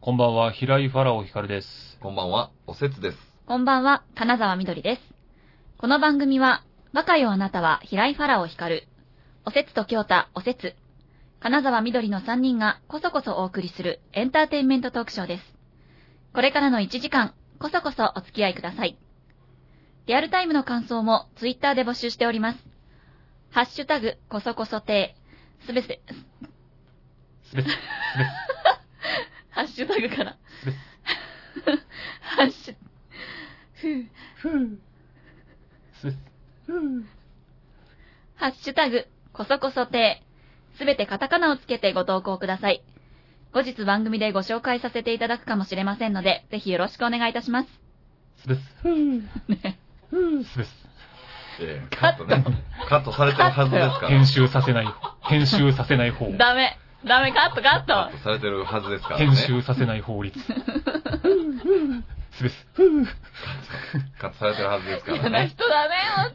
こんばんは、平井ファラオ光です。こんばんは、おせつです。こんばんは、金沢みどりです。この番組は、若よあなたは平井ファラオ光る、おせつと京太おせつ、金沢みどりの3人がこそこそお送りするエンターテインメントトークショーです。これからの1時間、こそこそお付き合いください。リアルタイムの感想もツイッターで募集しております。ハッシュタグ、こそこそてすべて、すべすべハッシュタグからすべ。 ハッシュ、ふうすべハッシュタグ、こそこそ亭。すべてカタカナをつけてご投稿ください。後日番組でご紹介させていただくかもしれませんので、ぜひよろしくお願いいたします。すべすべすべすえー、カットね。カットされてるはずですから。編集させない、編集させない方。ダメダメカットカカッットトされてるはずですからね。編集させない法律。すべす。カットされてるはずですから 嫌なね。人だね、ほん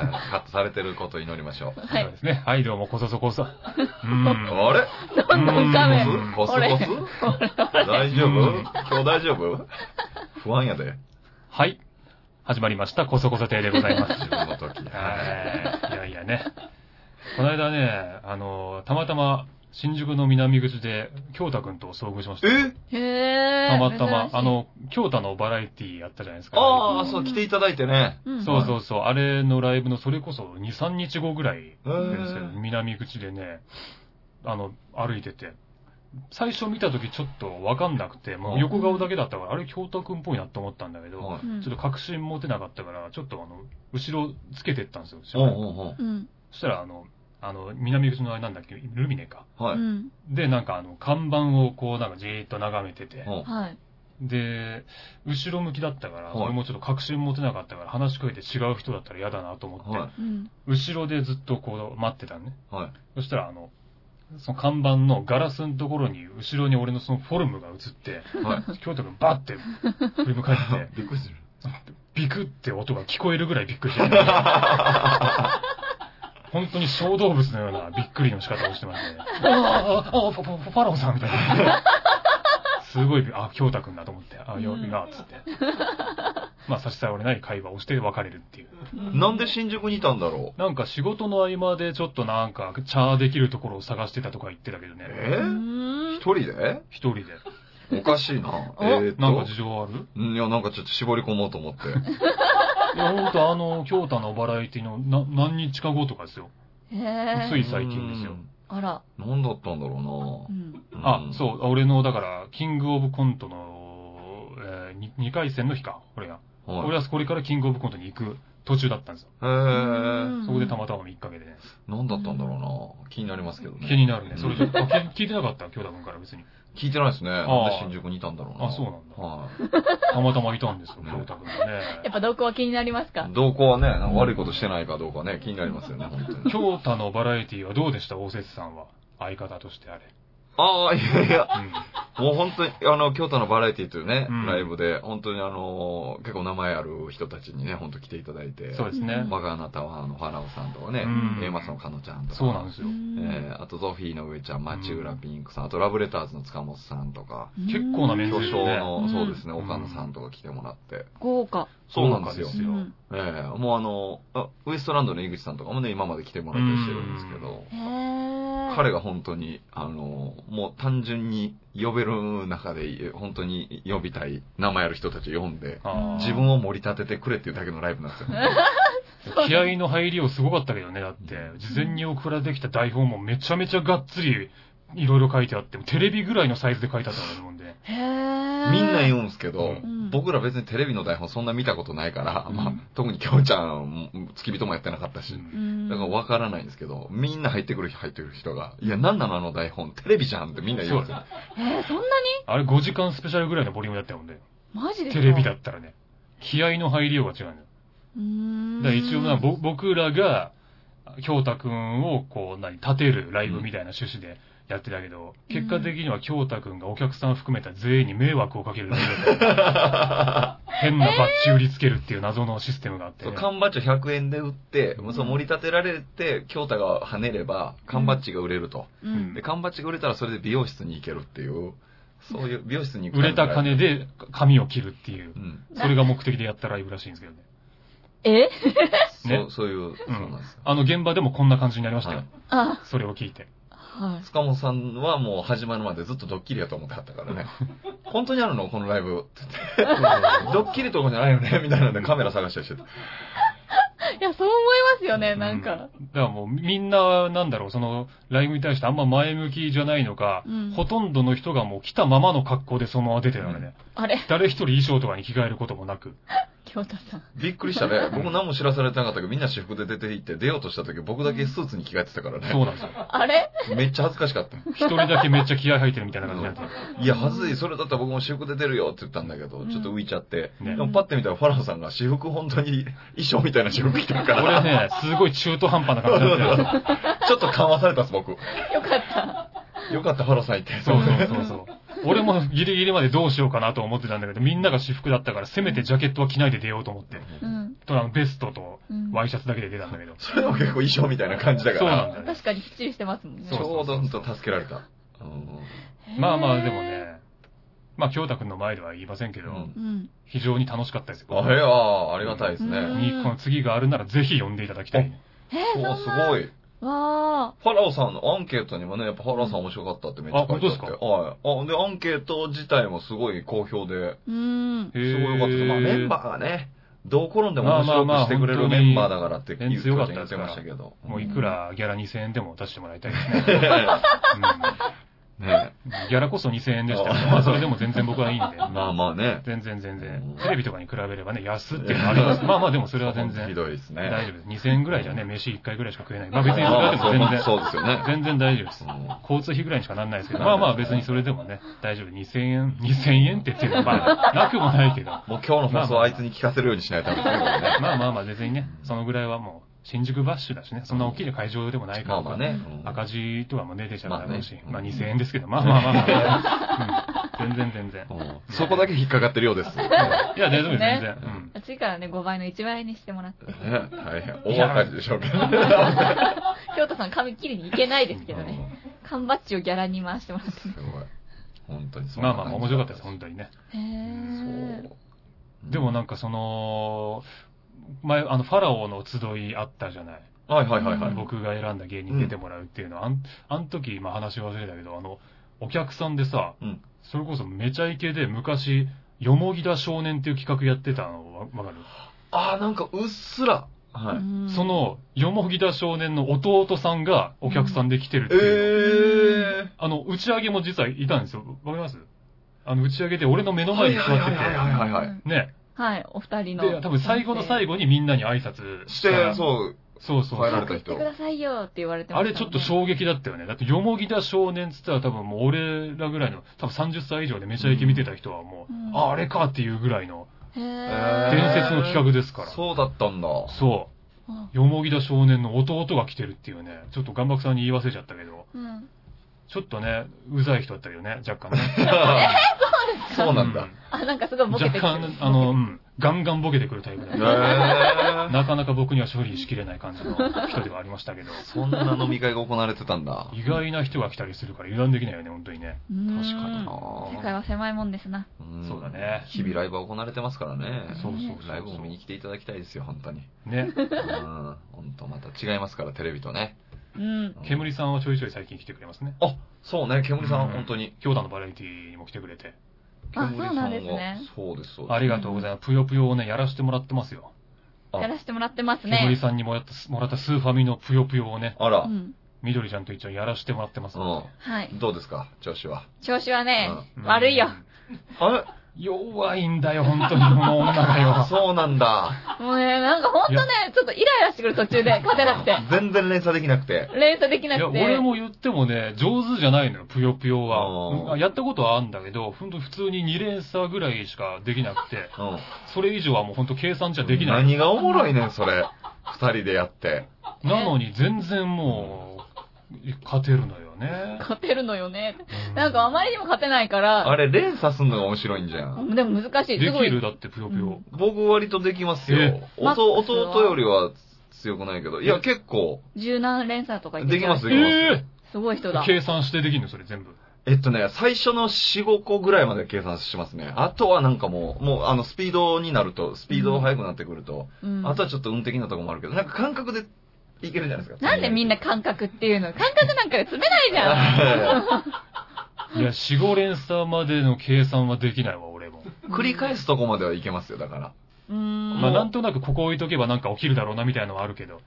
とよ。カットされてることを祈りましょう。はそういで。すね。はい、どうも、こそそこそ。うーん。あれどんどんカメ。うんコスコ俺ス大丈夫うん今日大丈夫不安やで。はい。始まりました、こそこそ亭でございます。自分の時。はいいやいやね。この間ね、あの、たまたま新宿の南口で、京太くんと遭遇しました。えへたまたま、あ、珍しいの、京太のバラエティやったじゃないですか。ああ、そう、来ていただいてね。うん、そうそうそう、あれのライブのそれこそ2、3日後ぐらいへーですけど、南口でね、あの、歩いてて、最初見た時ちょっとわかんなくて、もう横顔だけだったから、あれ京太くんっぽいなと思ったんだけど、はういん。ちょっと確信持てなかったから、ちょっとあの、後ろつけてったんですよ、うんうんうん。そしたらあの、あの、南口のあれなんだっけ、ルミネか。うん。はうい。ん。で、なんかあの、看板をこう、なんかじーっと眺めてて、うんはい。で、後ろ向きだったから、はい俺もちょっと確信持てなかったから、話しかけて違う人だったら嫌だなと思って、はうん。後ろでずっとこう待ってたのね。い。はい。そしたら、あの、その看板のガラスのところに、後ろに俺のそのフォルムが映 って、はい。京都君バッて振り向かれて、びっくりする。ビクって音が聞こえるぐらいびっくりしてた。 本当に小動物のようなびっくりの仕方をしてましたね。ああ、ああ、ファファファラオさんみたいな。すごいび、あ、京太くんだと思って、あ、よいいな、つって。まあ、差し障りない会話をして別れるっていう。なんで新宿にいたんだろうなんか仕事の合間でちょっとなんか、チャーできるところを探してたとか言ってたけどね。えうーん一人で一人で。おかしいな。おえーっなんかと事。情あるうんいや、なんかちょっと絞り込もうと思って。いや、ほんとあの、京太のバラエティのな何日か後とかですよ。へつえ。い最近ですよ。あら。何だったんだろうん。うなあ、そうう、俺の、だから、キングオブコントの、えー、2回戦の日か、これが。ん。俺ははこれからキングオブコントに行く途中だったんですよ。い。へー。そこでたまたま3日かけてね。何だったんだろうな気になりますけどね。気になるね。それちょうんっと、あ聞い聞いてなかった京太君から別に。聞いてないですね。あなあんで新宿にいたんだろうなあそうなんだはい。たまたまいたんですよ、京太君がね。やっぱ動向は気になりますか動向はね、なんか悪いことしてないかどうかね、気になりますよね、本当に。京太のバラエティはどうでした大節さんは。相方としてあれ。ああ、いやいや、うん。もう本当に、あの、京都のバラエティというね、うんライブで、本当にあの、結構名前ある人たちにね、本当来ていただいて、そうですね。我があなたは、あの、ファラオさんとかね、うんエーマスのかのちゃんとか、そうなんですうよ。んえーあとゾフィーの上ちゃん、町浦ピンクさん、あとラブレターズの塚本さんとか、うん結構なメンツ巨です匠ね。の、うんそうですね、うん岡野さんとか来てもらって、豪華。そうなんですよ豪華。うんええもうあのあ、ウエストランドの井口さんとかもね、今まで来てもらったりしてるんですけど、へー彼が本当に、あの、もう単純に呼べる中で、本当に呼びたい名前ある人たちを呼んで、あー自分を盛り立ててくれっていうだけのライブなんですよ。 気合の入りようすごかったけどね、だって、事前に送られてきた台本もめちゃめちゃがっつり、いろいろ書いてあって、テレビぐらいのサイズで書いてあったと思うんで。へーみんな言うんですけど、ん僕ら別にテレビの台本そんな見たことないから、うんまあ、特にきょうちゃん、付き人もやってなかったし、うんだから分からないんですけど、みんな入ってくる人、入ってくる人が、いや、なんなのあの台本、テレビじゃんってみんな言うんですよ。えーそんなにあれ5時間スペシャルぐらいのボリュームだったもんで、マジですテかレビだったらね。気合の入りようが違うんだよ。うーんだから一応な、ぼ僕らが、京太くんをこう、何、立てるライブみたいな趣旨でやってたけど、うん結果的には京太くんがお客さん含めた全員に迷惑をかけるライブだった 変なバッジ売りつけるっていう謎のシステムがあって、そうね。缶バッジを100円で売って、もうそう盛り立てられて、京太が跳ねれば、缶バッジが売れると。うんで、缶バッジが売れたらそれで美容室に行けるっていう、そういう美容室に行く売れた金で髪を切るっていうう。ん。それが目的でやったライブらしいんですけどね。えそねう、そういう、そうなんですよ。あの現場でもこんな感じになりましたよ。はいあ、それを聞いて。はい。塚本さんはもう始まるまでずっとドッキリやと思ってはっ たからね。本当にあるのこのライブ。って言ってドッキリとかじゃないよねみたいなんでカメラ探したりしてた。いや、そう思いますよね、なんか。うん。だからもうみんな、なんだろう、その、ライブに対してあんま前向きじゃないのか、うんほとんどの人がもう来たままの格好でそのまま出てるのね。あれ誰一人衣装とかに着替えることもなく。京太さん。びっくりし たね。僕何も知らされてなかったけど、みんな私服で出て行って、出ようとした時僕だけスーツに着替えてたからそうね。なんですよ。あれ めっちゃ恥ずかしかった。一人だけめっちゃ気合入ってるみたいな感じになっていや、恥ずい。それだったら僕も私服で出るよって言ったんだけど、ちょっと浮いちゃって。る。ねで。もパッて見たらファラオさんが私服本当に衣装みたいな私服着てるから。 俺ね、すごい中途半端な感じになってる。 ちょっと緩和されたっす、僕。よよかった。かった、ファラオさん行って。そうそうそうそう。俺もギリギリまでどうしようかなと思ってたんだけど、みんなが私服だったから、せめてジャケットは着ないで出ようと思って。 うん。とあのベストとうんワイシャツだけで出たんだけど。それでも結構衣装みたいな感じだかそうなんら。だよね。確かにきっちりしてますもんねち。ょうどほんと助けられた。うんまあまあ、でも。ね、まあ、京太くんの前では言いませんけど、うんうん。非常に楽しかったですよ。あれは、ありがたいですうんね。にこの次があるならぜひ呼んでいただきたい。えー、おすそんなごい。わファラオさんのアンケートにもね、やっぱファラオさん面白かったってめっちゃ書いてあっあて。本当ですはい。あ、で、アンケート自体もすごい好評で、ー。うん。すごい良かったです。まあメンバーがね、どう転んでも面白くしてくれまあまあまあるメンバーだからって本当に言うことに言ってましたけど。もういくらギャラ2000円でも出してもらいたいですね。うんねうんギャラこそ2000円でしたけど、まあそれでも全然僕はいいんで。 まあまあね。全然全然うん。テレビとかに比べればね、安っていうのはあります。まあまあでもそれは全ひ然どいですね。大丈夫です。2000円ぐらいじゃね、飯1回ぐらいしか食えない。まあ別にそれはあでーも全然、そうそうですよね。全然大丈夫ですう。ん交通費ぐらいにしかなんないですけど、まあまあ別にそれでもね、大丈夫。2000円、2000円って言ってもまあ、なくもないけど。もう今日の放送はあいつに聞かせるようにしないとダメだね。まあまあまあ別にね、そのぐらいはもう、新宿バッシュだしね、そんな大きい会場でもないかまら、あまあね。うん赤字とかもね、出ちゃうだろうし、ままああね2000円ですけど、まあまあまあまあ、うん、全然全然。うんそこだけ引っかかってるようです。ねいや、大丈夫です、全ね然。うん次からね、5倍の1倍にしてもらって。大変。大赤字でしょうけど。京太さん、髪切りにいけないですけどうんね。缶バッジをギャラに回してもらってすごい。本当にそんまなあまあまあ面白かったです、本当当にね。へー。にでもな、なんかその、前、あの、ファラオの集いあったじゃない。はいはいはいはい。僕が選んだ芸人に出てもらうっていうのは、あん、あん時、まあ話忘れたけど、あの、お客さんでさ、うんそれこそめちゃイケで昔、よもぎだ少年っていう企画やってたのわわかるああ、なんかうっすら。はい。うんそ、の、よもぎだ少年の弟さんがお客さんで来てるっていう。ええあの、打ち上げも実はいたんですよ。わかりますあの、打ち上げで俺の目の前に座ってはいはいはいはいはいうんて、ね。はい、お二人の。で、多分最後の最後にみんなに挨拶しかてら、そう、そうそうそう帰られた送ってくださいよって言われてまあしたれちょっと衝撃だったよね。だって、よもぎだ少年っつったら多分もう俺らぐらいの、多分30歳以上でめちゃイケ見てた人はもう、うんあ、あれかっていうぐらいのへ伝ー。説の企画ですから。そうだったんだ。そう。よもぎだ少年の弟が来てるっていうね、ちょっと岩爆さんに言い忘れちゃったけど、うん。ちょっとね、うざい人だったよね、若干ね。そうなんだ。あ、なんかすごいボケて若きてる干、あの、うん、ガンガンボケてくるタイプだへよね。えなかなか僕には処理しきれない感 じの人ではありましたけど、そんな飲み会が行われてたんだ。意外な人が来たりするから油断できないよね、本当にね。うん確かに世な界は狭いもんですな。うんそうだね日々ライブは行われてますからね。そうそうそうライブを見に来ていただきたいですよ、本当に。 ね。うん。本当また違いますから、テレビとね。うん。うん煙さんはちょいちょい最近来てくれますね。あ、そうね、煙さ、うんん本当に。京都のバラエティにも来てくれて。あ煙さそうなんですねはそうです、そうでありがとうございます。ぷよぷよをね、やらせてもらってますよ。あやらせてもらってます煙ね。さんにもらった、もらったスーファミのぷよぷよをねす。、あらう、ん。みどりちゃんと一応やらせてもらってますのはいうん。。どうですか、調子は。調子はね、で。悪いよ。あれ弱いんだよ、本当に、この女が よ。そうなんだ。もうね、なんかほんとね、ちょっとイライラしてくる途中で、勝てなくて。全然連鎖できなくて。連鎖できいなや、くて。俺も言ってもね、上手じゃないのよ、ぷよぷよあーは。うんやったことはあるんだけど、本当普通に2連鎖ぐらいしかできなくて、 うん。それ以上はもう本当計算じゃできない。何がおもろいねん、それ。二人でやって。なのに全然もう、勝てるのよね。勝てるのよね。なんかあまりにも勝てないから、あれ、連鎖すんのが面白いんじゃん。でも難しでい。すごきい。るだって、ぷよぷよ。僕割とできますよえ。マックスは弟弟よりは強くないけど。いや、結構。柔軟連鎖とかいけできます、でるきまえす。えすごい人だ。計算してできんのそれ全部。えっとね、最初の4、5個ぐらいまで計算しますね。あとはなんかもう、もうあの、スピードになると、スピード速くなってくると、うんあとはちょっと運的なとこもあるけど、なんか感覚でいけるんじゃないですか。なんでみんな感覚っていうの感覚なんかで詰めないじゃん。いや、4、5連鎖までの計算はできないわ、俺も。 繰り返すとこまではいけますよ、だから。うーん。まあ、なんとなくここ置いとけばなんか起きるだろうな、みたいなのはあるけど。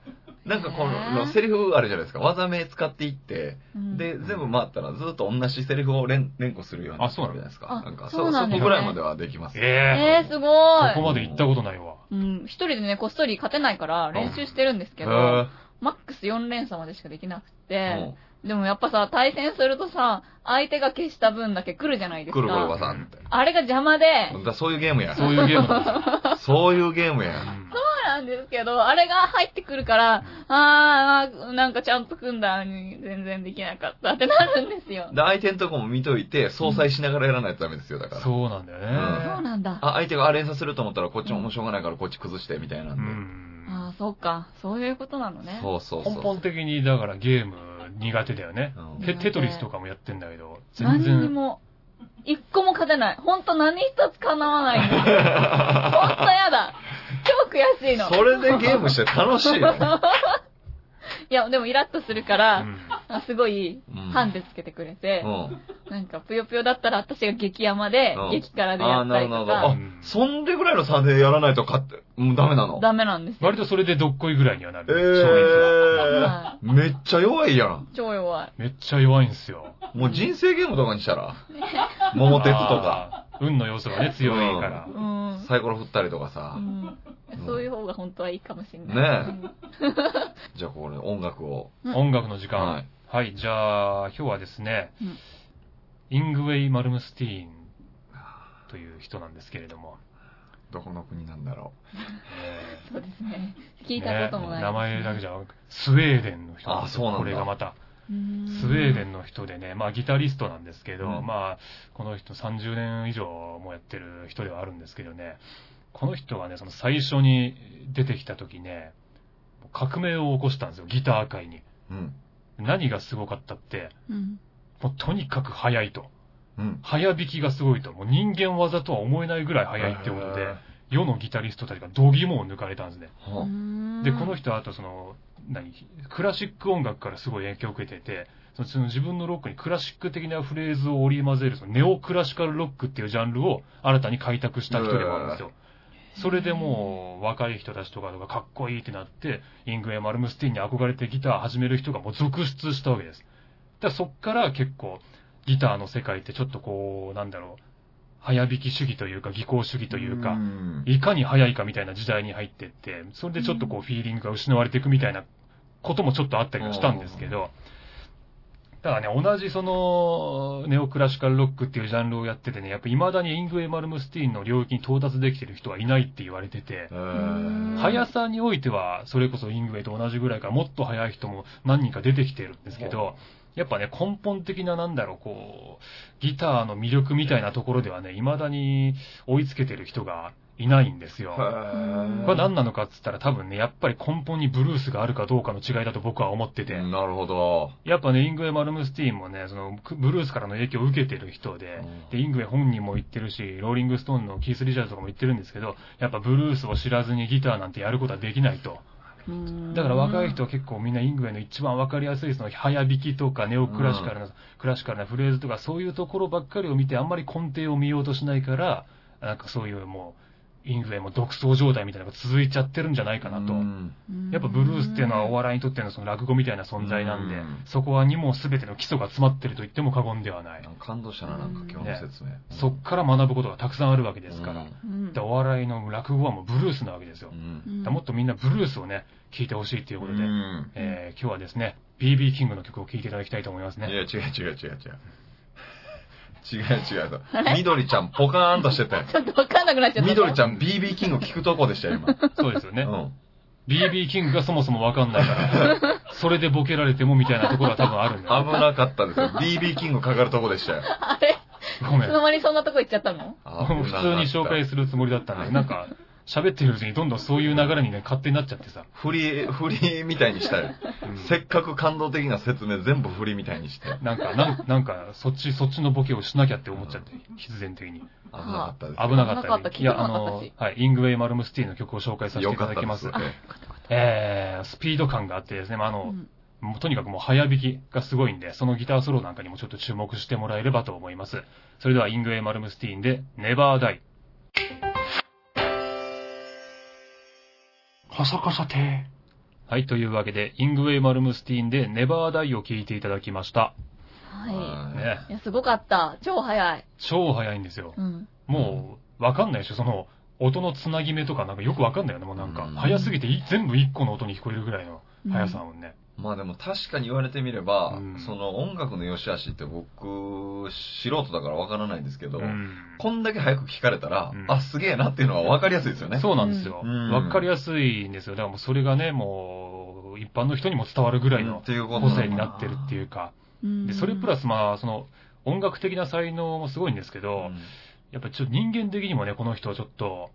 なんかこへーの、セリフあるじゃないですか。技名使っていって、うんで、全部回ったらずっと同じセリフを連連呼するようになあるじそうゃななんいだですか。あなんか、そ、そうなんそだこぐらいまではできます。ええー、すごえここい。まで行ったことないわ。うん、一人でね、こっそり勝てないから練習してるんですけへーど、マックス4連鎖までしかできなくうてん、でもやっぱさ、対戦するとさ、相手が消した分だけ来るじゃないですくるくるか。ばさんって。あれが邪魔で、だそういうゲームや。そういうゲームなんだ。そういうゲームうや。んそうなんですけど、あれが入ってくるから、あー、あーなんかちゃんと組んだのに全然できなかったってなるんですよ。で、相手のとこも見といて、相殺しながらやらないとダメですよ、だから。そうなんだよそうね。なんだ。あ、相手があ連鎖すると思ったら、こっちももうしょうがないからこっち崩して、みたいなうんで。ん。ああ、そうか。そういうことなのね。そうそうそう。根本的に、だからゲーム苦手だよね。うんテテトリスとかもやってんだけど、全何に然。も、一個も勝てない。ほんと何一つ叶わない んだ。ほんとやだ。超悔しいの。それでゲームして楽しい よ。いや、でもイラッとするかうら、んあすごいうん、ハンデつけてくれてう、ん。なんか、ぷよぷよだったら私が激山でう、ん激辛であやあ、っなたるりほどとなるほど。か、うん、あそんでぐらいの差でやらないと勝って、うん、ダメなの。ダメなんですよ。割とそれでどっこいぐらいにはなえる。勝率ははえー、めっちゃ弱いやん。超弱い。めっちゃ弱いんすよ。もう人生ゲームとかにしたら、桃鉄とか、あー運の要素がね、強いからう。ん。サイコロ振ったりとかうさ、んそういう方が本当はいいかもしれない。ねえ。じゃあここで音楽を。うん音楽の時間。ははいい、じゃあ、今日はですね、うんイングウェイ・マルムスティーンという人なんですけれども、どこの国なんだろえーそうですね。 聞いたこともない。ね名前だけじゃなくスウェーデンの人あそうなんだこれがまた、うんスウェーデンの人でね、まあギタリストなんですけど、うんまあ、この人30年以上もやってる人ではあるんですけどね、この人がね、その最初に出てきた時ね、革命を起こしたんですよ、ギター界に。う。うん。何がすごかったって、うん。もうとにかく速いと。うん。早弾きがすごいと。もう人間技とは思えないぐらい速いってことへでー、世のギタリストたちが度肝を抜かれたんですね。うはんで、この人はあとその、何、クラシック音楽からすごい影響を受けてて、そのその自分のロックにクラシック的なフレーズを織り交ぜる、そのネオクラシカルロックっていうジャンルを新たに開拓した人でもあるんですよ。それでもう若い人たちとかがかっこいいってなって、イングウェイ・マルムスティンに憧れてギター始める人がもう続出したわけです。だからそっから結構ギターの世界ってちょっとこう、なんだろう、早弾き主義というか技巧主義というか、んいかに速いかみたいな時代に入ってって、それでちょっとこうフィーリングが失われていくみたいなこともちょっとあったりはしたんですけど、ただね、同じその、ネオクラシカルロックっていうジャンルをやっててね、やっぱ未だにイングウェイ・マルムスティーンの領域に到達できてる人はいないって言われてて、へー速さにおいては、それこそイングウェイと同じぐらいからもっと速い人も何人か出てきてるんですけど、やっぱね、根本的ななんだろう、こう、ギターの魅力みたいなところではね、未だに追いつけてる人がいないんですよ。へーこれ何なのかっつったら多分ね、やっぱり根本にブルースがあるかどうかの違いだと僕は思ってて。なるほど。やっぱね、イングウェイ・マルムスティーンもね、その、くブルースからの影響を受けてる人でうん、で、イングウェイ本人も言ってるし、ローリングストーンのキース・リジャーズとかも言ってるんですけど、やっぱブルースを知らずにギターなんてやることはできないと。だから若い人は結構みんなイングウェイの一番わかりやすいその早弾きとかネオクラシカルな、クラシカルなフレーズとかそういうところばっかりを見てあんまり根底を見ようとしないから、なんかそういうもう、イングウェイも独走状態みたいなのが続いちゃってるんじゃないかなと。うんやっぱブルースっていうのはおわ笑いにとってのその落語みたいな存在なんでうん、そこはにも全ての基礎が詰まってると言っても過言ではないな。んか感動したな、なんか今日の説明。そっから学ぶことがたくさんあるわけですから。うんでお笑いの落語はもうブルースなわけですよう。ん。だからもっとみんなブルースをね、聴いてほしいっていううことで、ん。えー今日はですね、BB キングの曲を聴いていただきたいと思いますいや、ね。違う違う違う違 う。違う違う。緑ちゃんポカーンとして たよ。ちょっとわかんなくなっちゃった。緑ちゃん BB キング聞くとこでしたよ、今。そうですよ うね。ん。 BB キングがそもそもわかんない から、それでボケられてもみたいなところは多分あるんだよ。危なかったですよ。BB キングかかるとこでしたよ。あれごいめつん。の間にそんなとこ行っちゃったの危なかった普通に紹介するつもりだったんだけど、なんか、喋ってるうちにどんどんそういう流れにね、勝手になっちゃってさ。振り、振りみたいにしたよ。うんせっかく感動的な説明全部振りみたいにして。なんか、なんなんか、そっち、そっちのボケをしなきゃって思っちゃって、必然的に。危なかったですよ。危なかった危なかったいや、あ聞いてなかっのたし、はい、イングウェイ・マルムスティの曲を紹介させていただきます。よかったでえー、スピード感があってですね、まああの、うんもうとにかくもう早弾きがすごいんで、そのギターソロなんかにもちょっと注目してもらえればと思います。それでは、イングウェイ・マルムスティーンで、ネバーダイ。カサカサてはい、というわけで、イングウェイ・マルムスティーンで、ネバーダイを聴いていただきました。ははいねい。いや、すごかった。超早い。超早いんですよ。うん。もう、わかんないでしょ、その、音のつなぎ目とかなんかよくわかんないよね、もうなんか。うん早すぎてい、全部一個の音に聞こえるぐらいの速さをね。まあでも確かに言われてみれば、うんその音楽の良し悪しって僕、素人だからわからないんですけど、うんこんだけ早く聞かれたら、うんあ、すげえなっていうのはわかりやすいですよね。そうなんですよ。うんわ、かりやすいんですよ。だからもうそれがね、もう、一般の人にも伝わるぐらいうんっのていうこと個な性のにかなってるっていうか。うんで、それプラスまあ、その、音楽的な才能もすごいんですけど、うんやっぱちょっと人間的にもね、この人はちょっと、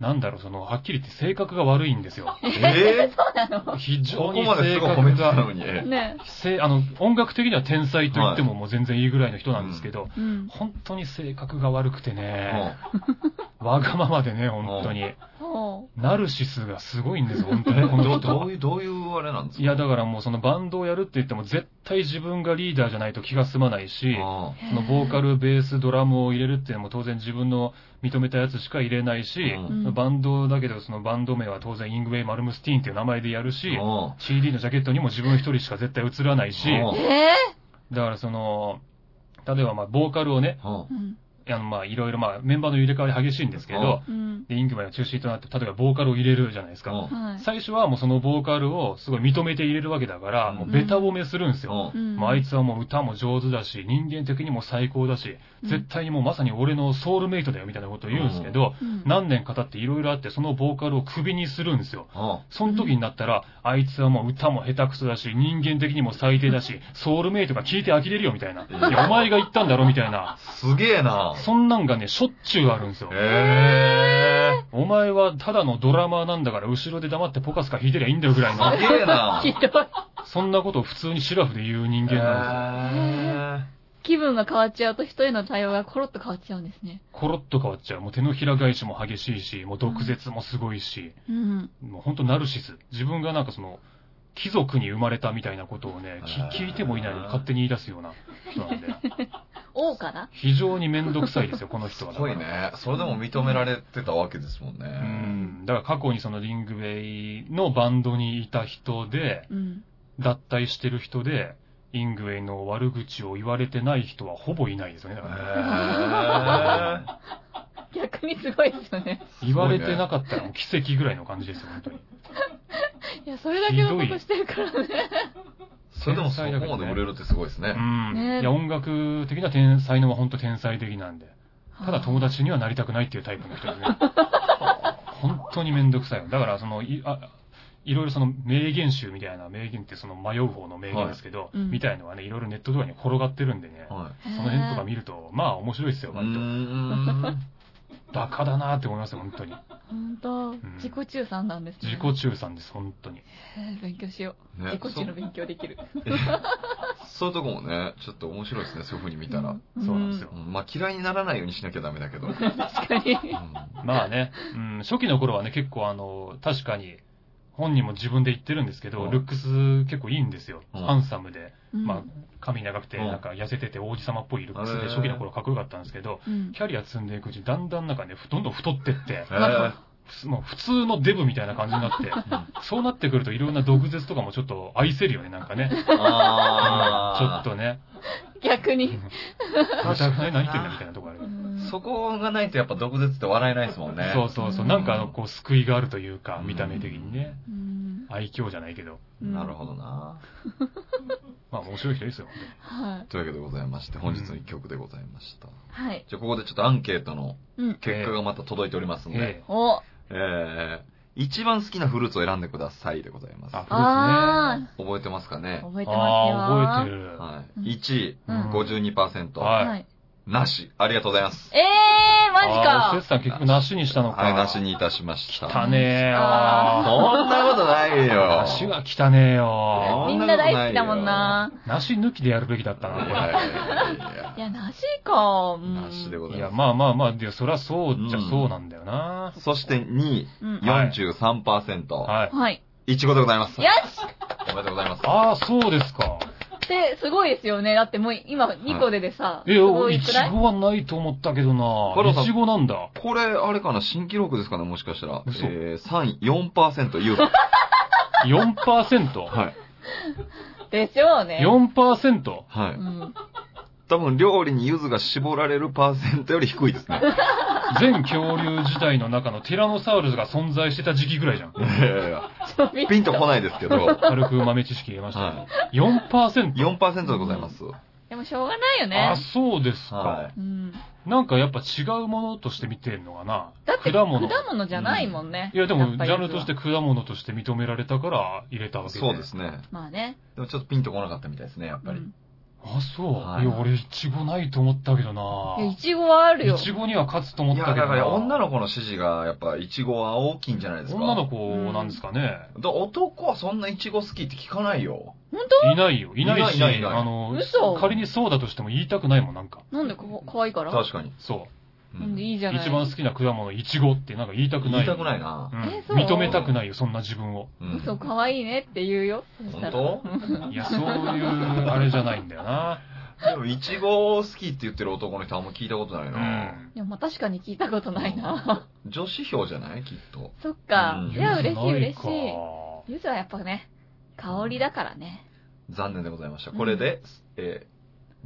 なんだろう、その、はっきり言って性格が悪いんです よ。 え非ー、常ここにまで性すごい格褒めてたがのに。えねせあの音楽的には天才と言ってももう全然いいぐらいの人なんですけど、うん。本当に性格が悪くてーね、わがままでね、本当に。ほナルシスがすごいんですよ、本当うんに、このど人どはう。いう、どういうあれなんですかいや、だからもうそのバンドをやるって言っても絶対自分がリーダーじゃないと気が済まないし、あう。そのボーカル、ベース、ドラムを入れるっていうのも当然自分の認めたやつしか入れないし、ーうんんバンドだけどそのバンド名は当然イングウェイ・マルムスティーンっていう名前でやるし、うん CD のジャケットにも自分一人しか絶対映らないし、うんえだからその、例えばまあ、ボーカルをね、うんうんあのまあ、いろいろまあ、メンバーの入れ替わり激しいんですけど、うん。で、イングマイが中心となって、例えばボーカルを入れるじゃないですか。はい。最初はもうそのボーカルをすごい認めて入れるわけだから、うんもうベタ褒めするんですよ。ううんもうあいつはもう歌も上手だし、人間的にも最高だうし、ん絶対にもうまさに俺のソウルメイトだよみたいなことを言うんですけど、うん何年か経っていろいろあって、そのボーカルをクビにするんですよ。んその時になったら、あいつはもう歌も下手くそだし、人間的にも最低だし、ソウルメイトが聞いて呆れるよみたいな。うんいや、お前が言ったんだろみたいな。すげえなそんなんがね、しょっちゅうあるんですよ。えお前はただのドラマーなんだから、後ろで黙ってポカスカ弾いてりゃいいんだよぐらいー、すの、げえなひどい。そんなことを普通にシラフで言う人間なんで気分が変わっちゃうと人への対応がコロッと変わっちゃうんですね。すよ。コロッと変わっちゃう。もう手のひら返しも激しいし、もう毒舌もすごいし、うん。もうほんとナルシス。自分がなんかその、貴族に生まれたみたいなことをね、き聞いてもいないのに勝手に言い出すような人なんで。王かな非常にめんどくさいですよ、このす人は。ごいね。それでも認められてたわけですもんね。うん。だから過去にそのリングウェイのバンドにいた人で、うん。脱退してる人で、イングウェイの悪口を言われてない人はほぼいないですよね。だからねへー逆にすごいですよね。言われてなかったらもう奇跡ぐらいの感じですよ、本当に。いや、それだけのことしてるからね。それでもそこまで売れるってすごいですねう。ん。ねいや、音楽的な天才能は本当天才的なんで。ただ友達。達にはなりたくないっていうタイプの人ですね。本当にめんどくさいよ。だから、その、い、あ、いろいろその名言集みたいな名言ってその迷う方の名言ですけど、いうんみたいのはね、いろいろネットとかに転がってるんでね、はその辺とか見ると、まあ面白いですよ、い。うー割と。ん。バカだなって思いますよ、本当に。本当自己中さんなんですね。自己中さんです、本当に。へー勉強しよう。ね自己中の勉強できる。そういうとこもね、ちょっと面白いですね、そういう風に見たら。そうなんですよう。んまあ嫌いにならないようにしなきゃダメだけ ど。うん確かに。まあね、うん、初期の頃はね、結構あの、確かに、本人も自分で言ってるんですけど、うんルックス結構いいんですよ。うんハンサムで。うん まあ、髪長くて、うんなんか痩せてて王子様っぽいルックスへで、ー初期の頃かっこよかったんですけど、うん。キャリア積んでいくうちに、だんだんなんかね、ふどんどん太ってって、へーもう普通のデブみたいな感じになって、そうなってくるといろんな毒舌とかもちょっと愛せるよね、なんかね。ちょっあーとね、逆に。お互い何言ってんだみたいなとこある。そこがないとやっぱ毒舌って笑えないですもんね。そうそうそう、なんかあの、こう、救いがあるというか、見た目的にね、うん。愛嬌じゃないけど、なるほどな。まあ面白い人ですよ、本はい。というわけでございまして、本日の一曲でございました。はい。じゃあここでちょっとアンケートのうん。結果がまた届いております当のに。で、ええおえー、一番好きなフルーツを選んでくださいでございます。ああー覚えてますかね覚えてますよ。ああ、覚えてる。る。はうんい。1位、うん52%。はいはい。なし。ありがとうございます。ええー、マジあーおせつ。かさん結局なしにしたのか。はい、なしにいたしました。汚ねえよそんあなことないよ。なしは汚ねえあよーみんな大好きだもんな。なし抜きでやるべきだったいやいな、やいいやや、なしか。うんなしでごこざれ。いいまや、ます。あまあまあ、でそりゃそうじゃそうなんだよな。そして2位、うん。 43%。はい。はい。いちごでございます。よしおめでとうございます。ああ、そうですか。って、すごいですよね。だってもう今2個ででさ、え、すごいいちくらいごはないと思ったけどな五。郎さんいちごなんだ。これ、あれかな、新記録ですかね、もしかしたら。嘘えー、3位、4%、ユー ロ。 4%?4%? はい。でしょうね。はうい。ん。多分、料理に柚子が絞られるパーセントより低いですね。全恐竜時代の中のティラノサウルスが存在してた時期ぐらいじゃんい。やいやいやちょびっピンとこないですけど。は軽く豆知識入れました。い。 4%? 4%でございます。でもしょうがないよねあ、。そうですか、はうん。なんかやっぱ違うものとして見てるのかな。だって果果物物じゃないもんね。いやでも、ジっぱりャンルとして果物として認められたから入れたわい。けで。そうで。すね。まあね。でもちょっとピンとこなかったみたいですね、やっうぱり。ん。あ、そう。、はいいや、俺、いちごないと思ったけどないや、いちごはあるよい。ちごには勝つと思っいや、たけだどかなら女の子の支持が、やっぱ、イチゴは大きいんじゃないですか。女の子なんですかね。だ男はそんなイチゴ好きって聞かないよ。いないよ。いないし、いないいないあの、嘘仮にそうだとしても言いたくないもん、なんか。なんでか可愛いから確かに。そなんでいいじう。ゃない一番好きな果物、いちごってなんか言いたくない。言いたくないな。うんえそう認めたくないよ、そんな自分を。うん嘘、可愛いねって言うよ。そしたら本いや、そういう、あれじゃないんだよな。でも、イチゴ好きって言ってる男の人あんま聞いたことないうな。ん。いや、まあ確かに聞いたことないな。女子票じゃないきっと。そっかう。んいや、ゆ嬉しい、ずない嬉かしい。ゆずはやっぱね、香りだからね。残念でございました。これで、えー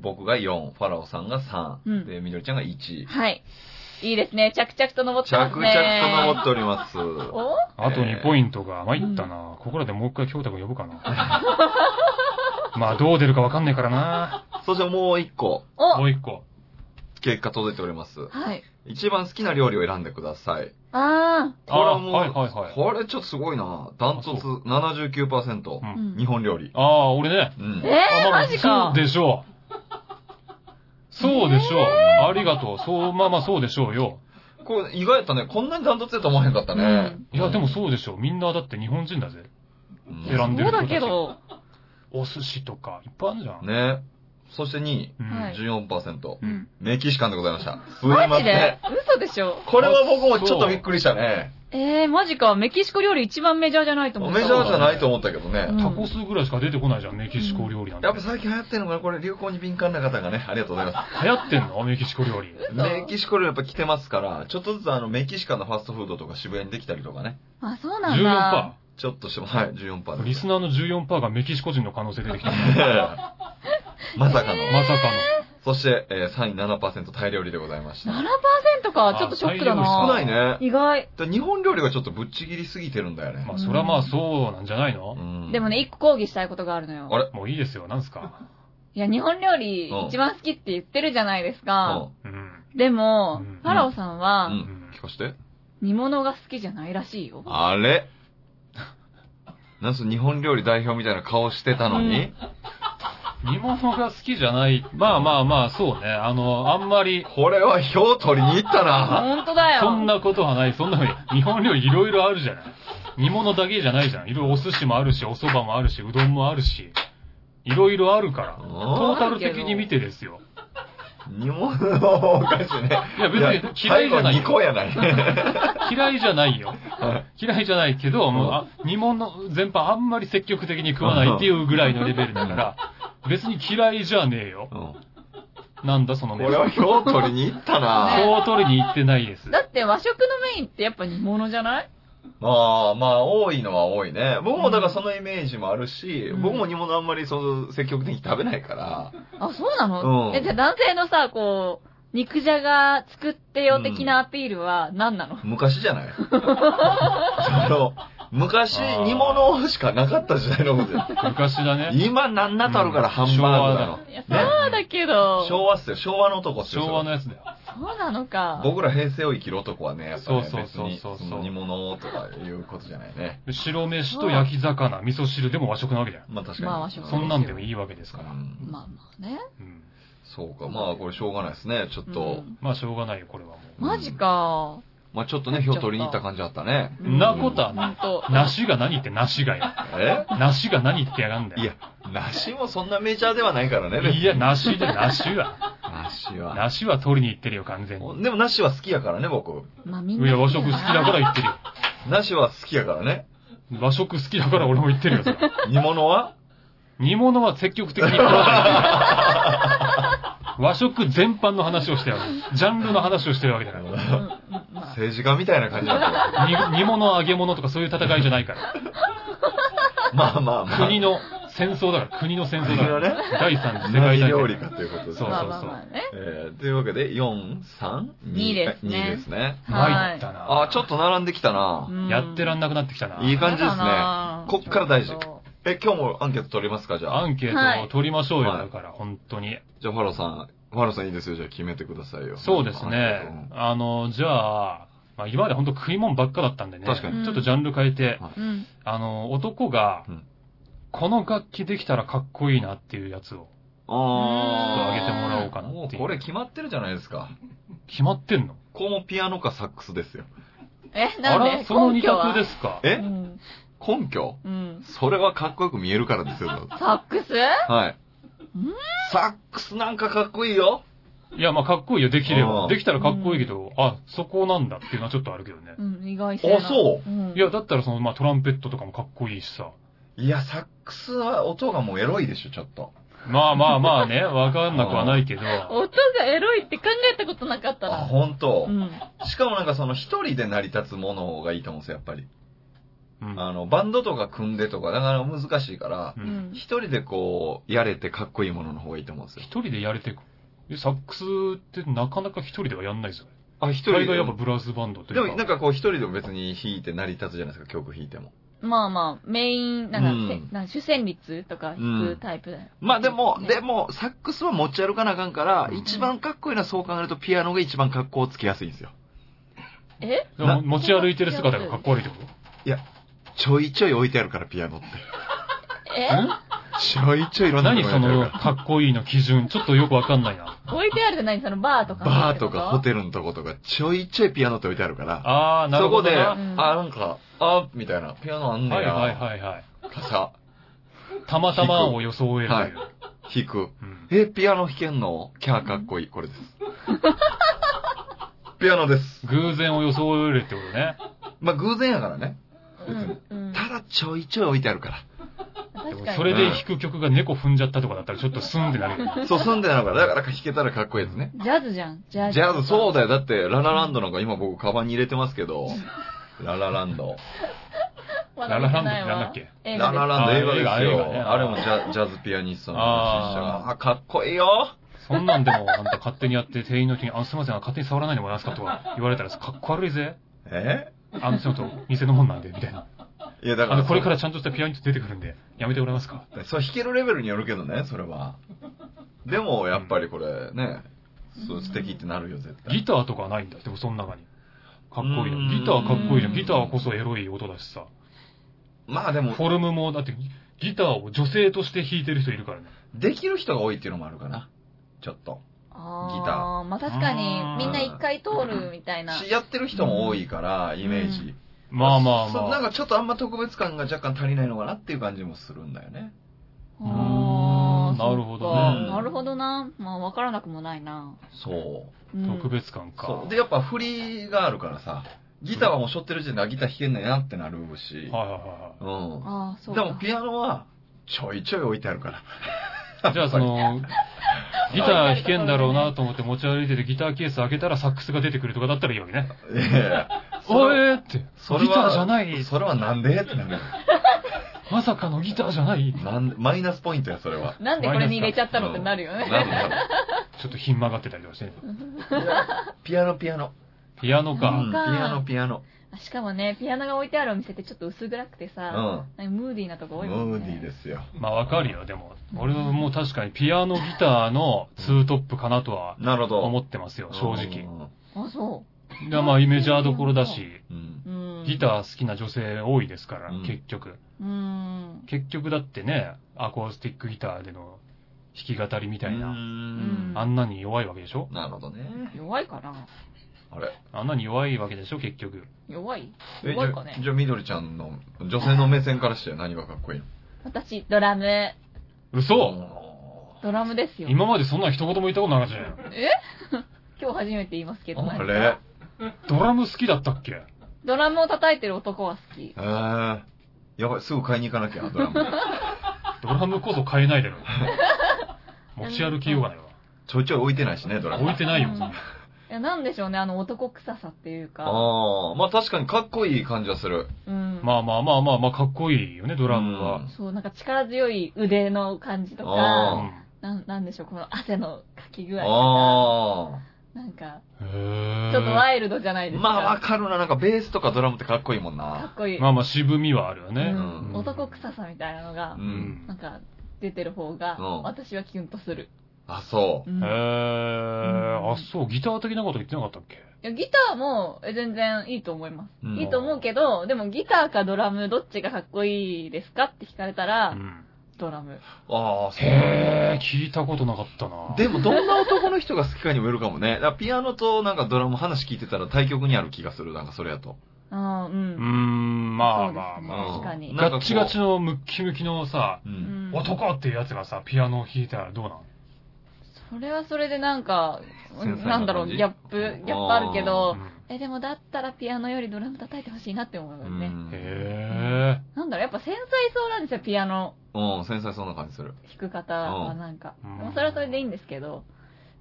僕が4、ファラオさんが3、うんで、みどりちゃんが1。はい。いいですね。着々と登って着々ますとね。登っております。おあと2ポイントが、参ったな。ここらでもう一回京太君呼ぶか な。まあ、どう出るかわかんないからな。 そしてもう1個、もおう一個。結果届いております。はい。一番好きな料理を選んでください。あこれはもう、あーはいはいはいこれちょっとすごいな。ダントツ79%う。あ。んう。ん日本料理。ああ、俺ね。うえん。ー、あまあマジそか。うでしょう。そうでしょう。ありがとう。そう、まあまあそうでしょうよ。これ意外やったね。こんなにダントツやと思わへんかったね。いや、でもそうでしょう。みんなだって日本人だぜ。うん選んでる人そうただちけど。お寿司とか、いっぱいあるじゃん。ね。そして2位、うんはい14%。うんメキシカンでございました。すいまマせジでん。嘘でしょこれは僕もちょっとびっくりしたね。えー、マジか。メキシコ料理一番メジャーじゃないと思った。メジャーじゃないと思ったけどうんね。タコスぐらいしか出てこないじゃん、メキシコ料理なんて。やっぱ最近流行ってるのかなこれ流行に敏感な方がね。ありがとうございます。流行ってんのメキシコ料理。嘘メキシコ料理やっぱ来てますから、ちょっとずつあのメキシカンのファストフードとか渋谷にできたりとかね。あ、そうなんだ。 14%。ちょっとしても、はい、14%でリスナーの14%がメキシコ人の可能性出てきた。ま まさかの。さかそして、えー、3位7%タイ料理でございました。 7%か。ちょっとショックだあ少ーなな。いね。意外。だ日本料理がちょっとぶっちぎりすぎてるんだよねの。。まあ、そりゃまあそうなんじゃないのうんでもね、一個抗議したいことがあるのよ。あれもういいですよ、なんすか。いや、日本料理うん一番好きって言ってるじゃないですうか。うん。でもうん、ファラオさんはん。うん。聞かして。煮物が好きじゃないらしいよ。あれなんす、日本料理代表みたいな顔してたのに、煮物が好きじゃない。まあまあまあ、そうね。あの、あんまり、これは票取りに行ったな。 ほんとだよ。そんなことはない。そんなの、日本料理いろいろあるじゃない。煮物だけじゃないじゃん。いろいろお寿司もあるし、お蕎麦もあるし、うどんもあるし。いろいろあるから。うトんータル的に見てですよ。煮物はおかしいね。いや別に嫌いじゃない最後2個やない。 嫌いじゃないよ。嫌いじゃないけど、もう、あ煮物全般あんまり積極的に食わないっていうぐらいのレベルだから、別に嫌いじゃねえよ。うんなんだそのこ目れは票取りに行った な。そう取りに行ってないです。だって和食のメインってやっぱ煮物じゃないまあまあ、多いのは多いね。僕もだからそのイメージもあるし、うん僕も煮物あんまりその積極的に食べないから、あ、そうなの、うんえ、じゃあ男性のさ、こう、肉じゃが作ってよ的なアピールは何なの、昔じゃない その、昔あー煮物しかなかった時代のことや昔だね。今なんなたるからハンバーグだの。いや、そうだけど、昭和っすよ、昭和の男っすよ。昭和のやつだよ。そうなのか。僕ら平成を生きる男はね、やっぱねそうそうそうそう別にその煮物とかいうことじゃないね。で白飯と焼き魚、味噌汁でも和食なわけじゃん。まあ確かに。まあ和食そんなんでもいいわけですから。うんまあまあね。うんそうか、まあこれしょうがないですね、ちょっと。うんまあ、しょうがないよ、これはもう。マジか。まあちょっとね、票取りに行った感じあったね。んなことはほんと。梨が何言って梨がや。え梨が何言ってやがんだよ。いや、梨もそんなメジャーではないからね、別にいや、梨で梨は。梨は。梨は取りに行ってるよ、完全に。でも梨は好きやからね、僕。まあみんいな。や、和食好きだから行ってる梨は好きやからね。よ。和食好きだから俺も行っ てるよ、それ煮物は煮物は積極的に取らない和食全般の話をしてるわけ。ジャンルの話をしてるわけだかう んうんまあ政治家みたいな感じだったわら。煮煮物、揚げ物とかそういう戦いじゃないから。まあまあまあ。国の戦争だから、国の戦争だから。国のね第三次世界何大料戦理。かということですそうねまあまあまあね。えーというわけで、4、3、二ですね2ですね。参ったな。あー、ちょっと並んできたな。うんやってらんなくなってきたな。いい感じですねやだな。こっから大事ちょっえ、今日もアンケート取りますかじゃアあ。ンケートを取りましょうよ、はいだから、本当に。じゃあ、ファローさん。ファローさんいいですよ。じゃあ決めてくださいよ。そうですアンケねー。トあの、じゃあ、まあ、今まで本当食い物ばっかだったんでね。確かにちょっとジャンル変えて、とうん。あの、男がうん、この楽器できたらかっこいいなっていうやつを、ちょっとあ上げーてもらおうかなもっていうう。これ決まってるじゃないですか。決まってんのここもピアノかサックスですよ。え、あなんでらその二根拠択はですかうえん。根拠うん。それはかっこよく見えるか らですよ。だってサックスはいん。サックスなんかかっこいいよ。いや、まあかっこいいよ、できれうば。んできたらかっこいいけど、あ、そこなんだっていうのはちょっとあるけどね。うん、意外性な。。あ、そうん。いや、だったらその、まあトランペットとかもかっこいいしさ。う。いや、サックスは音がもうエロいでしょ、ちょっと。まあまあまあ ね、わかんなくはないけど、音がエロいって考えたことなかったあ、な。ほんとう。ん。しかもなんかその一人で成り立つものがいいと思うんですよ、やっぱり。うんあの、バンドとか組んでとか、なかなか難しいからう、うんん。一人でこう、やれてかっこいいものの方がいいと思うんですよ一。人でやれてく。えサックスってなかなか一人ではやんないぞ。あ、一そ人れがやっぱブラスバンドといでうか。もなんかこう一人でも別に弾いて成り立つじゃないですか、曲弾いても。まあまあ、メイン、なんうかんせ、なんか主旋律とか弾くタイプだよ。まあでも、ねでも、サックスは持ち歩かなあかんから、うん一番かっこいいのはそう考えるとピアノが一番格好つけやすいんですよ。えでも持ち歩いてる姿がかっこ悪いってことちょいちょい置いてあるから、ピアノって。えちょいちょいいろんな何のそ置いてあるのかかっこいいの基準、ちょっとよくわかんないな。置いてあるじゃないそのバーとら。か。バーとかホテルのとことか、ちょいちょいピアノって置いてあるから、あー、なるそほこどで、な。はあ、うんなんか、あ、みたいな、ピアノあんいねはいや、はいはい。傘、たまたまを装えるという。弾く。うんえ、ピアノ弾けんのキャーかっこいい。これです。ピアノです。偶然を装えるってことね。まあ偶然やからね。うん。うん。ただちょいちょい置いてあるから。で確もかに。それで弾く曲が猫踏んじゃったとかだったらちょっとスンってなるよね。そう、住んでなのから、だから弾けたらかっこいいですね。ジャズじゃん。ジャズ。ジャズ、そうだよ。だって、ララランドなんか今僕、カバンに入れてますけど、ララランド。まだ見てないわララランドって映ラ画ですラランド映画ですよ。ああ映画映画ねれもジャジャズピアニストの話したあーが、あ、かっこいいよ。そんなんでもあんた勝手にやって店員の人に、あ、すいません、勝手に触らないでもらえますかとか言われたらかっこ悪いぜ。えあの人と偽のもんなんで、みたいな。いや、だかあら、の、これからちゃんとしたピアニスト出てくるんで、やめてもらえますかそう、弾けるレベルによるけどね、それは。でも、やっぱりこれ、ね、そう素敵ってなるよ、絶対。ギターとかはないんだ。でもその中に。かっこいいじゃ。うんんギターかっこいいじゃん。ギターこそエロい音だしさ。まあでもフ、ォルムも、だってギギターを女性として弾いてる人いるからね。できる人が多いっていうのもあるかな。ちょっと。ギタあー。まあ確かに、みんな一回通るみたいなし。やってる人も多いから、イメージ。うんまあまあそうなんまあ。かちょっとあんま特別感が若干足りないのかなっていう感じもするんだよね。んあーなるほどそっかねなるほどな。まあ分からなくもないな。そう。うん特別感か。そはう。いで、やっぱ振りがあるからさ、ギターはもう背負ってる時点であギター弾けんねんなってなるし、はいはうああ、そん。うでか。もピアノはちょいちょい置いてあ るから。いはい。じゃあその、ギター弾けんだろうなと思って持ち歩いててギターケース開けたらサックスが出てくるとかだったらいいわけね。いやいやおえーって。ギタそれはーじゃない。それはなんでってなるよ。まさかのギターじゃない。ちなんマイナスポイントや、それは。なんでこれに入れちゃったのってなるよね。なるなるょっとひん曲がってたりとかしてね。 ピアノピアノ。ピアノうかん。ピ。アノピアノ。しかもね、ピアノが置いてあるお店ってちょっと薄暗くてうさ、ん。なんかムーディーなとこ多いもんムね。ーディーですよ。まあわかるよ、でも。俺はもう確かにピアノギターのツートップかなとはなるほど。思ってますよ、正直。あ、そでまあ、イメジャーどころだし、うん。うん。う。うん。ギター好きな女性多いですから、うん結局。うん。結局だってね、アコースティックギターでの弾き語りみたいうーな、んあんなに弱いわけでしょなるほどね。弱いかなあれ。あんなに弱いわけでしょ結局。弱いえ弱いかねじゃあ、じゃあみどりちゃんの女性の目線からして何がかっこいいの私、ドラム。嘘ドラムですよ。今までそんな一言も言ったことなかったじゃん。え今日初めて言いますけど。あれドラム好きだったっけドラムを叩いてる男は好きえ。ー、やばい、すぐ買いに行かなきゃ、ドラム。ドラムこそ買え ないだろ。持ち歩きようがないわ。ちょいちょい置いてないしね、ドラム。置いてないよ、そんないや、なんでしょうね、あの男臭さっていうか。ああ、まあ確かにかっこいい感じはする。うん。まあまあまあまあまあ、かっこいいよね、ドラムは。そう、なんか力強い腕の感じとうかあ、ん。なんなんでしょう、この汗のかき具合とあか。なんか、へちえ。ょっとワイルドじゃないあ、ですか。まあわかるな、なんかベースとかドラムってかっこいいもんかな。っこいい。まあまあ、渋みはあるよねうう。んん、男臭さみたいなのがう、。うんなんん。か、出てる方が、うん私はキュンとする。あ、そうんへえ。いんあ、そう、ギター的なこと言ってなかったっけやギターもえ全然いいと思います。う。うんいいと思うけど、でもギターかドラムどっちがかっこいいですかって聞かれたら、うん。ドラム。ああ、そう。へえ、聞いたことなかったな。でもどんな男の人が好きかにもよるかもね。だからピアノとなんかドラム話聞いてたら対極にある気がする、なんかそれやと。あーう。うんーん、まあまあそうまであ。確かにうんなガんかこッうチガチのムッキムキのさ、う。うんん男っていうやつがさ、ピアノを弾いたらどうなんそれはそれでなんか、繊細な感じなんだろう、ギャップ、ギャップあるけうど、うんえ、でもだったらピアノよりドラム叩いてほしいなって思うようね。んへえ。なんだろう、やっぱ繊細そうなんですよ、ピアノうん、繊細そうな感じす る。弾く方はなんか。うんまあそれはそれでいいんですけど、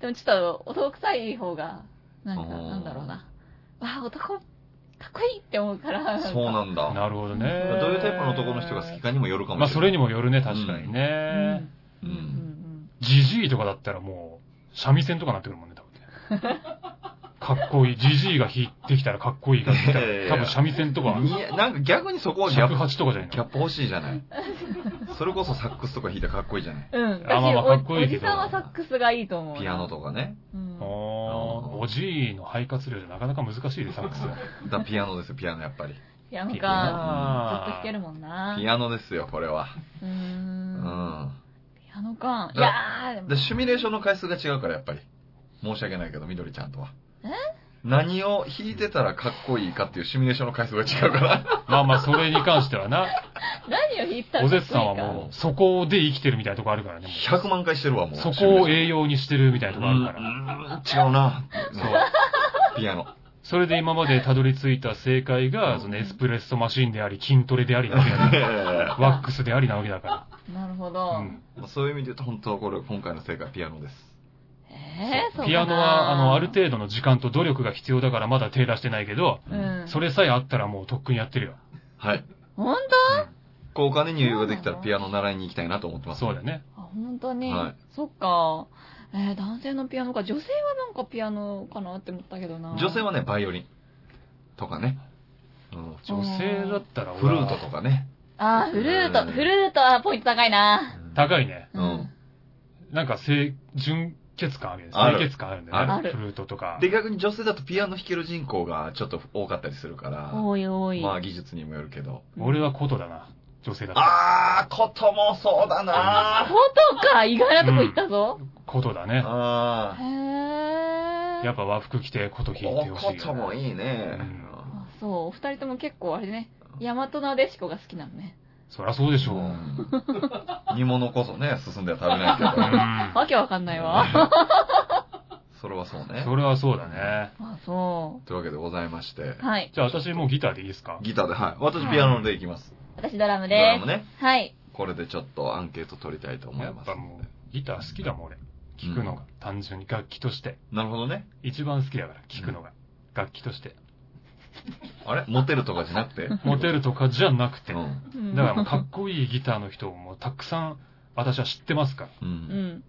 でもちょっと男臭い方が、なんか、うんなんだろうな。わあ、男、かっこいいって思うから。そうなんだ。なるほどね。どういうタイプの男の人が好きかにもよるかもしれなまい。あそれにもよるね、確かにうね。うん。うんん。ジジイとかだったらもう、三味線とかなってくるもんね、多分ね。 かっこいい。ジジイが弾いてきたらかっこいいが来たいやいやいら、や多分三味線とか、いや、なんか逆にそこはギャ尺ップ、八とかじゃないギャのップ欲しいじゃない。それこそサックスとか弾いたらかっこいいじゃない。うん。あまあまあか私っこいいけどおじさんはサックスがいいと思うな。ピアノとかね。うん。あーおじいの肺活量じゃなかなか難しいで、サックス。だからピアノですよ、ピアノやっぱり。ピアノピか。ずっアと弾けるもんな。ピアノですよ、これは。うー。うんん。ピアノか。いだやー、でもで、シミュレーションの回数が違うから、やっぱり。申し訳ないけど、みどりちゃんとは。え何を弾いてたらかっこいいかっていうシミュレーションの回数が違うから。まあまあ、それに関しては な、何を弾いたらおかぜっこいいかつさんはもう、そこで生きてるみたいなとこあるからね。もう100万回してるわ、もう。そこをえ栄養にしてるみたいなとこあるかうら。ん、違うな。そう。ピアノ。 それで今までたどり着いた正解が、そのエスプレッソマシンであり、筋トレでありなわけだ から。ワックスでありなわけだかなるほら。どう。んそういう意味で言うと、本当これ、今回の正解はピアノです。えー、そうかなピアノは、あの、ある程度の時間と努力が必要だからまだ手出してないけど、うん。それさえあったらもうとっくにやってるよ。はい。ほんとこうお金に余裕ができたらピアノ習いに行きたいなと思ってます。そうだよね。あ、本当に、はいそっか。えー、男性のピアノか。女性はなんかピアノかなって思ったけどな。女性はね、バイオリン。とかね。うん女性だったら俺フルはートとかね。あー、フルート。うんフルートはポイント高いな。高いね。うん。なんか、清、純血感あるよね。ある清血感あるんだよあね。るフルートとか。で、逆に女性だとピアノ弾ける人口がちょっと多かったりするから、多い多い。まあ技術にもよるけど。俺は琴だな。女性だったら。あー、こともそうだなことか、意外なとこ行ったぞ。琴だね。あへー。やっぱ和服着て琴弾いてー、おほしいよこね。ともいいね。あそう、お二人とも結構あれね、大和なでしこが好きなのね。そりゃそうでしうょう。うんん煮物こそね、進んでは食べないけど。わけわかんないわ。 それはそう ね。それはそうだね。あ、そというわけでございましてう。、はい。じゃあ私もうギターでいいですかギターで、はい。私ピアノでいきます。私ドラムドでラす。ムね。はい。これでちょっとアンケート取りたいと思やいっますぱ。もう、ギター好きだもん俺。聴くのが、単純に楽器として。なるほどね。一番好きだから、聴くのが。楽器として。あれモテるとかじゃなくてモテるとかじゃなくて。うだかん。うんらもうかっこいいギターの人をもうたくさん私は知ってますから。う。うんん。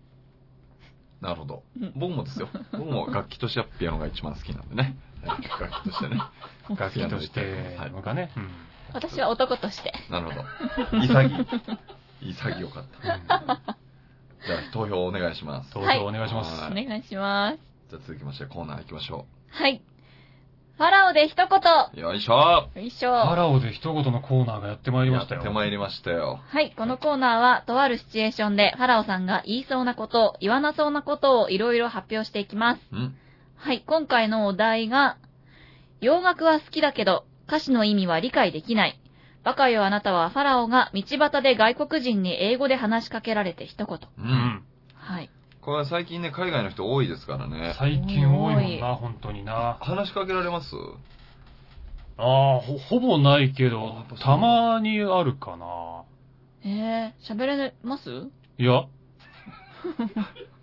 なるほどうん。僕もですよ。僕も楽器としてはピアノが一番好きなんでね。楽器としてね。楽器としてのがね。うん私は男として。なるほど。潔い。潔かった。じゃあ投票お願いします。投票お願いします。はお願いします。じゃあ続きましてコーナー行きましょはい。ファラオで一言よいしょ一緒ファラオで一言のコーナーがやってまいりまやっしたよ。てまいりましたよ。はい、このコーナーは、とあるシチュエーションで、ファラオさんが言いそうなこと、言わなそうなことをいろいろ発表していきます。うんはい、今回のお題が、洋楽は好きだけど、歌詞の意味は理解できない。バカよあなたはファラオが道端で外国人に英語で話しかけられて一言。う。うんん。はい。これは最近ね、海外の人多いですからね。最近多いもん多な、本当にな。話しかけられますああ、ほ、ほぼないけあやどっぱそう、たまにあるかな。えー、喋れますいや、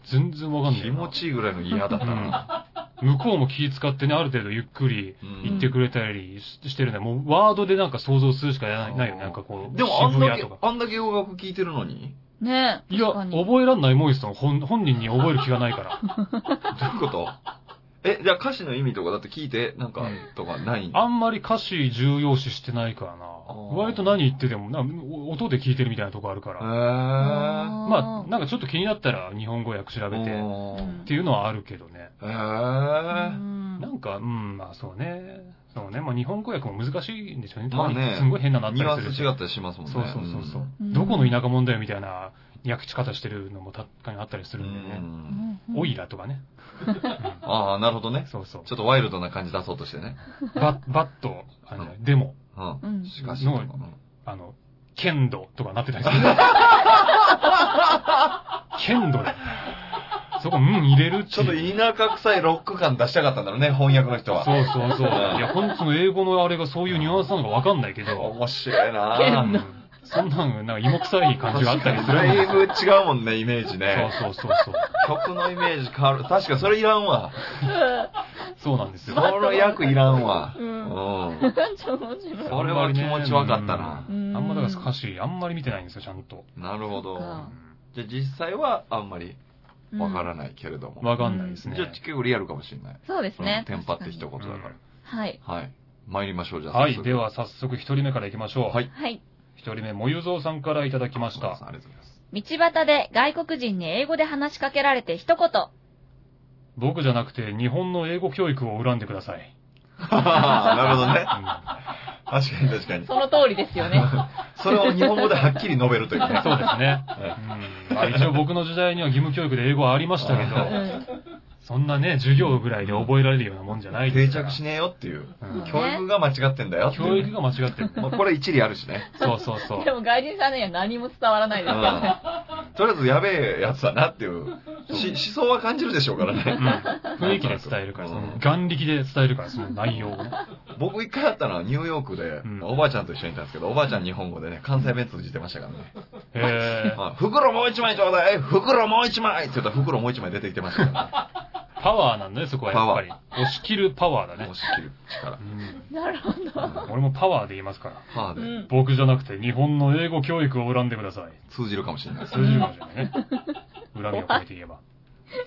全然わかんない気な。持ちいいぐらいの嫌だったな。うん。向こうも気使ってね、ある程度ゆっくりうん言ってくれたりししてるね。もうワードでなんか想像するしかやらないないよ。あーなんかこう、でもあん渋だ谷けとか、。あんだけ洋楽聴いてるのにねえ。いや、確かに覚えらんないもんですよ。本本人に覚える気がない から。どういうことえ、じゃあ歌詞の意味とかだって聞いて、なんか、とかないあんまり歌詞重要視してないからなあー。割と何言っててもな、お音で聞いてるみたいなとこあるから。へまああ、なんかちょっと気になったら日本語訳調べてっぇー。ていうのはあるけどね。へー、 ぇうんなんか、うん、まあそうね。そうね。まあ日本語訳も難しいんでしょうね。まあねすんごい変なのあー。っニたュアりンするスし。違ったりしますもんね。そうそうそうそう。うんどこの田舎者だよみたいな訳し方してるのも確かにあったりすう。るんでね。うんんうんオイラとかね。 うああ、なるほどんね。そうそうち。ょっとワイルドな感じ出そうとしてね。バッ、バッと、あの、でも、うん。うんしかしとか、あの、剣道とかなってたりす る。剣道だよ。そこ、うん、入れるっていうちょっと田舎臭いロック感出したかったんだろうね、翻訳の人は。そうそうそう。うんいや、本当の英語のあれがそういうニュアンスなのかわかんないけど、面白いなうぁん そんなん、なんか芋臭い感じがあったりするだいんぶ違うもんね、イメージね。そうそうそうそう。曲のイメージ変わる。確かそれいらんわ。そうなんですそよ。の役いらんわ。う。うんん。なんちゃ面白い。それは気持ちわかったなう。うんんあんまだから歌詞、あんまり見てないんですよ、ちゃんと。なるほそ。っどうかんじゃあ実際はあんまりわからないけれども。わかんないですねじ。ゃあ結構リアルかもしれない。そうですねうん。テンパって一言うだかん確かにはい。ら。はい。参りましょう、じゃあ。はい、で。は早速一人目からいきましょう。はいはい。一人目、もゆぞうさんからいただきましあた。りがとうございます。道端で外国人に英語で話しかけられて一言。僕じゃなくて、日本の英語教育を恨んでください。 なるほどね。うん確かに確かに。その通りですよね。それを日本語ではっきり述べるという ね。そうですね。うんまあ一応僕の時代には義務教育で英語はありましたけど、うん。そんなね、授業ぐらいで覚えられるようなもんじゃないで定すから。着しねえよっていう。うんね教育が間違ってんだよっていう教ね育が間違ってる。まあ、これ一理あるしね。そうそうそう。でも外人さんには何も伝わらないでうすからね。ん。とりあえずやべえやつだなっていう、し思想は感じるでしょうからうね。ん雰囲気で伝えるから、うそんの眼力で伝えるから、その内容をね。僕一回あったのはニューヨークでう、んおばあちゃんと一緒にいたんですけど、おばあちゃん日本語でね、関西弁通じてましたからね。へーあ袋もう一枚ちょうだい袋もう一枚って言ったら袋もう一枚出てきてましたかパワーなんだね、そこはやっぱり。押し切るパワーだらね。ね押。し切る力う。んなるほど。俺もパワーで言いますから。パーでうん。僕じゃなくて、日本の英語教育を恨んでください。通じるかもしれないです。通じるかもしれないね。恨みを超えて言えば。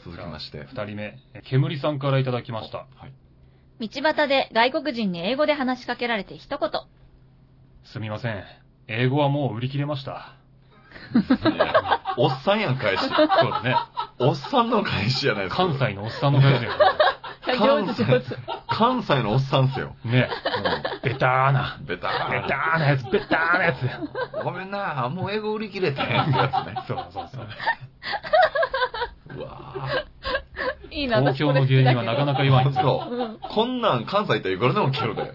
続きまして。二人目、え煙さんからいただきました。はい。道端で外国人に英語で話しかけられて一言。すみません。英語はもう売り切れました。おっさんやん、返し。そうですね。おっさんの返しじゃないですか。関西のおっさんの感じだよ関上手西上手。関西のおっさんっすよ。ね。ねベターな。ベタベー。ターなやつ、ベターなやつ。ごめんな、もう英語売り切れてんってやつね。そうそうそう。うわいいな、東京の芸人はなかなか言わないんぁ。ですよ。そう。うん。こんなん関西行っていくらでも聞けるで。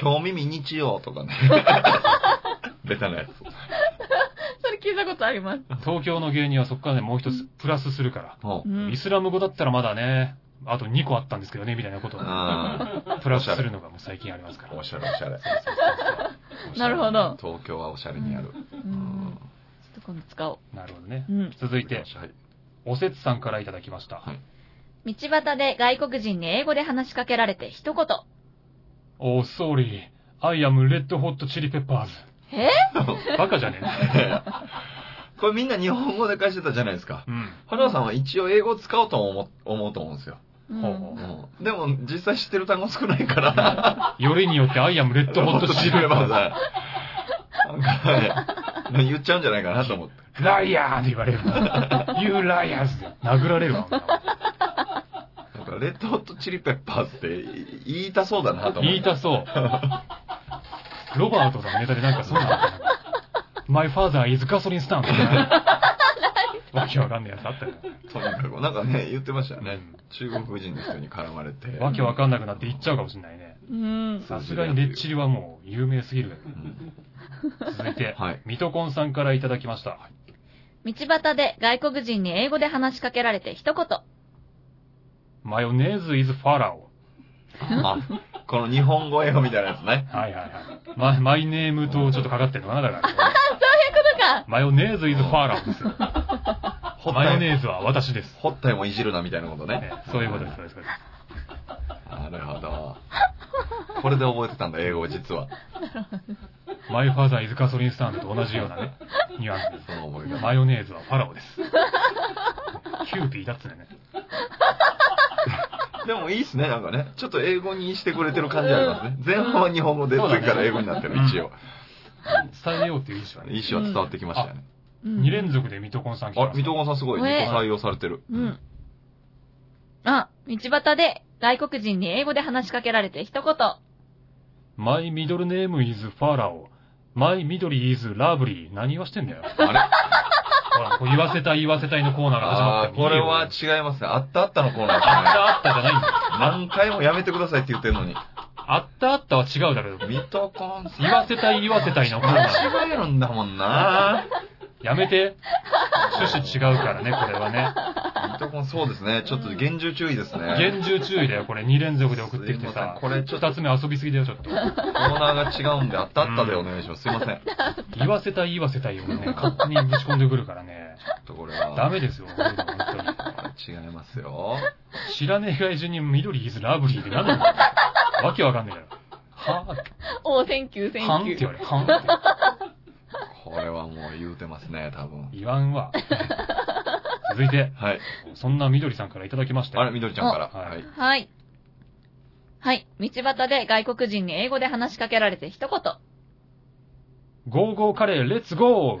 興味見日曜とかね。ベタなやつ。それ聞いたことあります。東京の芸人はそこからね、もう一つプラスするから。もうう。んイ。スラム語だったらまだね、あと2個あったんですけどね、みたいなことをうん。プラスするのがもう最近ありますから。おしゃれおしゃれ。 なるほど東京はおしゃれにやる。うん。ちょっと今度使おう。なるほどねう。ん。続いて、はい。 おせつさんからいただきました。道端で外国人に英語で話しかけられて一言。おー、ソーリー。I am red hot chili peppers. えバカじゃねこれみんな日本語で返してたじゃないですかえ。うん。花さんは一応英語使おうと思う思うと思うんですよ。う。ほうんほうんでも実際知ってる単語少な いから。うよりによって、アイアムレッドホットシルバー だ。だ。なんかね、言っちゃうんじゃないかなと思って。ライアーって言われる。You liars! 殴られるわ。なんかレレッドホットチリペッパーズって言いたそうだなと思って。言いたそう。ロバートのネタでなんかそうなのかな。My father is gasoline stand. みたいなわけわかんないやつあったよ。とにかく、なんかね、言ってましたようね。ん中国人の人に絡まれて。わけわかんなくなって行っちゃうかもしれないね。うん。そうさすがにレッチリはもう有名すぎる。うん続いて、はい。ミトコンさんからいただきました。道端で外国人に英語で話しかけられて一言。マヨネーズ is ファラオ。あ、この日本語英語みたいなやつね。はいはいはい。ママイネームとちょっとかかってるのかな、だから。とか、マヨネーズ is ファラオですよ。ほっマたヨい、ネーズは私です。ほったいもいじるなみたいなことねね。そういうことです、そうですそうです。なるほど。これで覚えてたんだ、英語を実は。マイファーザーイズガソリンスタンドと同じようなね、ニュアンスその覚えです。方。マヨネーズはファラオです。 キューピーだっつうね。でもいいっすね、なんかね。ちょっと英語にしてくれてる感じありますね。前半は日本語で、そうだね次から英語になってる、一応。伝えようっていう意思はね。一応は伝わってきましたよね。うん2連続でミトコンさん来てあま、す水戸ね。黄さんすごい。ね二個採用されてる。うん。あ、道端で外国人に英語で話しかけられて一言。マイミドルネームイズファラオ。マイミドリイズラブリー。何言わしてんだよ。あれほら、こう言わせた言わせたいのコーナーが始まあっーたよこれは見てよ違いますね。あったあったのコーナーあっでたあったすね。じゃないんだよ。何回もやめてくださいって言ってるのに。あったあったは違うだろう。水戸黄さん。言わせたい言わせたいのコーナー。間違えるんだもんなやめて。趣旨違うからね、これはね。水戸黄そうですね。ちょっと厳重注意ですね。厳重注意だよ、これ。2連続で送ってきてすいまさせん。これちょっと2つ目遊びすぎだよ、ちょっと。コーナーが違うんで、あったあったでお願いします。すいません。ちょ言わせたい言わせたいをね、 勝手にぶち込んでくるからね。っとこれは。ダメですよ、こういうの本当に。これ違いますよ。知らねえ外人に緑イズラブリーって何なんだよ。わけわかんねえだろ。はおー、センキュー、セぁ、はんっンてキュ言ー。われ、はんって。これはもう言うてますね、多分。言わんわ。続いて、はい。そんな緑さんからいただきましたあれ、よ。みどりちゃんから。あははいい。はい。はい。道端で外国人に英語で話しかけられて一言。ゴーゴーカレー、レッツゴー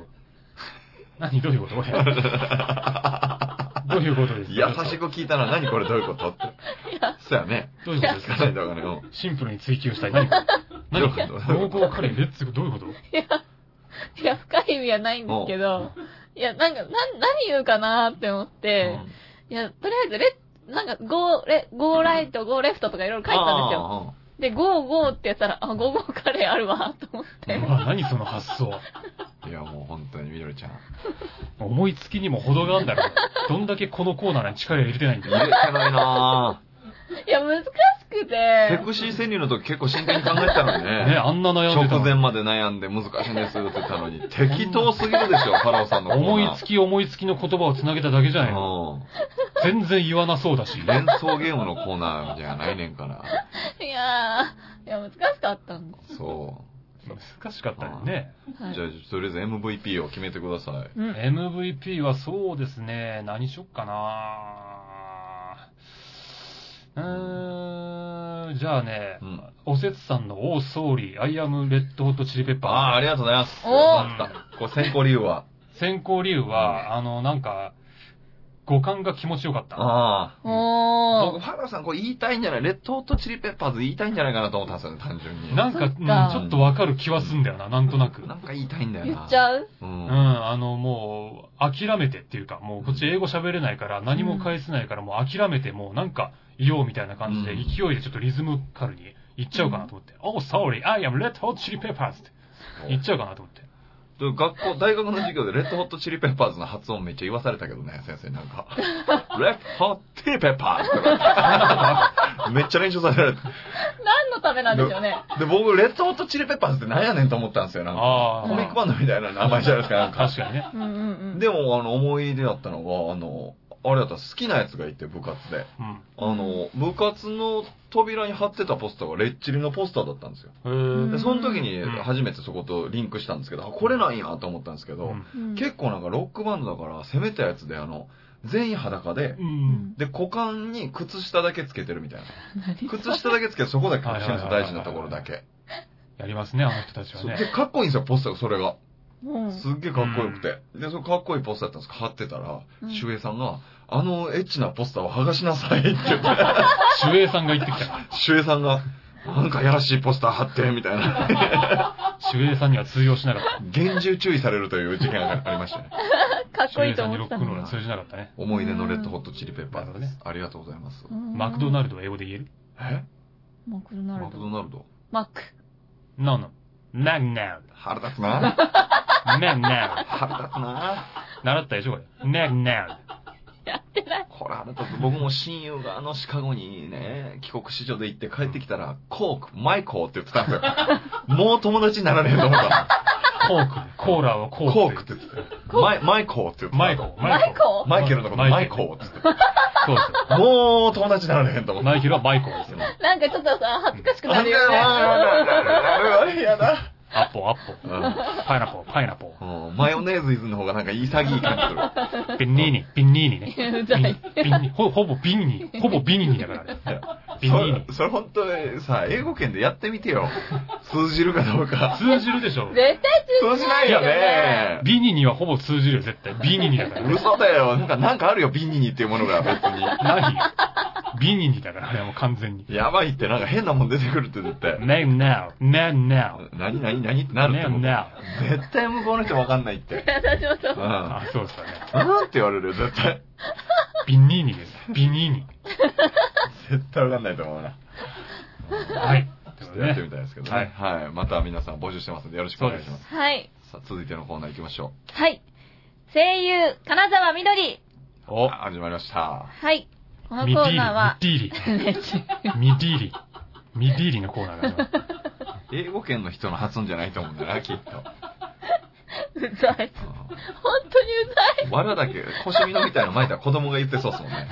何、どういうことこれ。どういうことですか優しく聞いたら、何これどういうことって。そうやね。どういうことです聞かかないとわかんない。うんシンプルに追求したい。何これどうい何うこと濃厚カレー、レッツゴー、どういうこといや、深い意味はないんですけど、いや、なんか、な、何言うかなーって思って、いや、とりあえず、レッ、なんか、ゴー、レ、ゴーライト、ゴーレフトとかいろいろ書いてたんですよ。よ。で、ゴーゴーってやったら、あ、ゴーゴーカレーあるわ、と思って。うわ何その発想。いや、もう本当にみどりちゃん。思いつきにも程があるん だろう。どんだけこのコーナーに力入れてないんだ入よ。れてないないや、難しくぁセて。クシー川柳の時結構真剣に考えてたのにね、ね。あんな悩んでた直の前まで悩んで難しいんですって言ってたのに、 適当すぎるでしょ、ファラオさんのコーナー。思いつき思いつきの言葉を繋げただけじゃないの。う全然言わなそうだし。ん。連想ゲームのコーナーじゃないねんから。いやー、いや、難しかったんでそ難しかったよね。す。う。はいじゃあ、とりあえず MVP を決めてください。うん。 MVP はそうですね、何しよっかなうーん、じゃあね、うんおせつさんの、オーソーリー、アイアムレッドホットチリペッパー。ああー、ありがとうございます。おーーこれ先行理由は。先行理由は、あの、なんか、五感が気持ちよかった。ああ。お僕、ー。ファラオさん、これ言いたいんじゃないレッドホットチリペッパーズ言いたいんじゃないかなと思ったんですよね、単純に。なんか、そっうかんちょっとわかる気はすんだよな、なんとなく。なんか言いたいんだよな。言っちゃううう。んん、あの、もう、諦めてっていうか、もう、こっち英語喋れないから、何も返せないから、もう諦めて、もう、なんか、いようみたいな感じで、うん勢いでちょっとリズムカルに行っちゃうかなと思って、Oh, sorry, I am red hot chili peppers って言っちゃうかなと思って。学校、大学の授業でレッドホットチリペッパーズの発音めっちゃ言わされたけどね、先生になんか。レッドホットチリペッパーズとかめっちゃ練習されられて。何のためなんでしょうね。で、僕、レッドホットチリペッパーズって何やねんと思ったんですよ、なんか。ああ、コミックバンドみたいな名前じゃないですか、なんか。確かにね。うんうんうん。でも、あの、思い出だったのが、あの、あれだった、好きなやつがいて、部活で。うん。あの、部活の扉に貼ってたポスターがレッチリのポスターだったんですよ。へーで、その時にうん初めてそことリンクしたんですけど、あこれなんやと思ったんですけど、うんうん結構なんかロックバンドだから攻めたやつであの、全員裸で、うん。で、股間に靴下だけつけてるみたいな。何靴下だけつけてそこだけ隠しますはいはいはい大はい事なところだけ。やりますね、あの人たちはそうね。で、かっこいいんですよ、ポスターがそれが。うんすっげえかっこよくて。で、そのかっこいいポスターだったんですけど、貼ってたらう、ん周平さんが、あのエッチなポスターを剥がしなさいって言って、守衛さんが言ってきたから。守衛さんが、なんかやらしいポスター貼って、みたいな。守衛さんには通用しなかった。厳重注意されるという事件がありましたね。かっこ守いい衛とさんに思ロっックたン。ロールは通じなかったね。思い出のレッドホットチリペッパーなるほどズですね。ありがとうございます。マクドナルドド。は英語で言えるえマクドナマルクド。ドナルドマック。 ?No, no. Not now. 腹立つな。 Not now. 腹立つな。習ったでしょこれ。Not now. やってない。これ腹立つ。僕も親友があのシカゴにね、帰国子女で行って帰ってきたら、コーク、マイコーって言ってたんです よ。もう友達にならねえと思った。コーク。コーラはコーク。コークって言ってた。マイマイコーって言ってた。マイコー。マイコマイケルのことマイコーって言ってた。そうですもう友達にならねえとよ。思った。マイケルはマイコーですよ。なんかちょっとさ、恥ずかしくなあるれよね。やだ。アッポーアッポー。パイナポー、パイナポうんマヨネーズイズの方がなんか潔い感じする。ー。ビンニーニ、ビンニーニね。うビざンい。ビンニほほぼビンニー、ほぼビンニーだから あれ。ビンニーニ。そそれ本当にさ、英語圏でやってみてよ。通じるかどうか。通じるでしょ絶。対通じないよね。ビニーニはほぼ通じるよ、絶対。ビニーニだから。嘘だよ。なんか、なんかあるよ、ビニニっていうものが別に。ないよ。ビニーニだから、あれはもう完全に。やばいって、なんか変なもん出てくるって絶対。 Name now, man now, 何何何ってなるって name もう now. 絶対向こうの人わかんないって。私もそうう。ん。あ、そうですかね。うんって言われるよ、絶対。ビニーニです。ビニーニ。絶対わかんないと思うな。はい。ちとょいうことでっとやってみねたいですけどはねい。はい。また皆さん募集してますんで、よろしくお願いします。はい。さあ、続いてのコーナー行きましょはい。声優、金沢みどり。う。お、あ始まりました。はい。このミデコーナーは、ィーリ、 ミディーリ、ミディーリ、ミディーリのコーナーがあります。英語圏の人の発音じゃないと思うんだな、きっと。うざい。本当にうざい。うんわらだけ、腰みのみたいな前では子供が言ってそうっすもんね。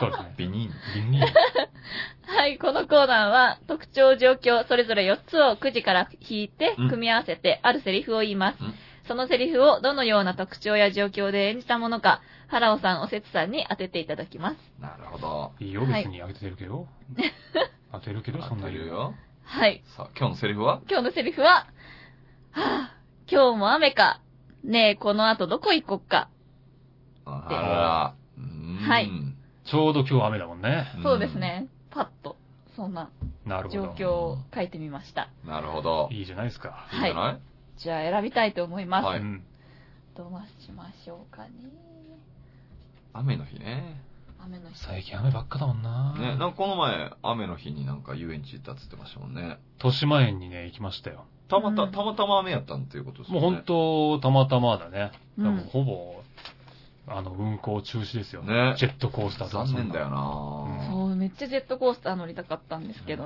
そうですね。ビニーニ。ビニーニ。はい、このコーナーは、特徴、状況、それぞれ4つをくじから引いてうん、組み合わせて、あるセリフを言いますうん。そのセリフをどのような特徴や状況で演じたものか、原尾さん、おせつさんに当てていただきます。なるほど。いいよ、別に当ててるけど。当てるけど、そんな合ってる言う。よ。はい。さあ、今日のセリフは今日のセリフは、はぁ、今日も雨か。ねえ、この後どこ行こっか。あら。うーんはい。ちょうど今日雨だもんね。んそうです。ね。パッと、そんななるほ状ど。況を書いてみました。なるほど。いいんいいじゃないですか。じゃないじゃあ選びたいと思います。はいうん。どうしましょうかね。雨の日ね。雨の日。最近雨ばっかだもんな。ね、なんかこの前、雨の日になんか遊園地行ったっつってましたもんね。豊島園にね、行きましたよ。たまた、うんたまたま雨やったんっていうことですもようね。本当、たまたまだね。う多分ん。ほぼ、あの、運行中止ですよ。ねジェットコースターとか残念だよよ。なそう、めっちゃジェットコースター乗りたかったんですけど。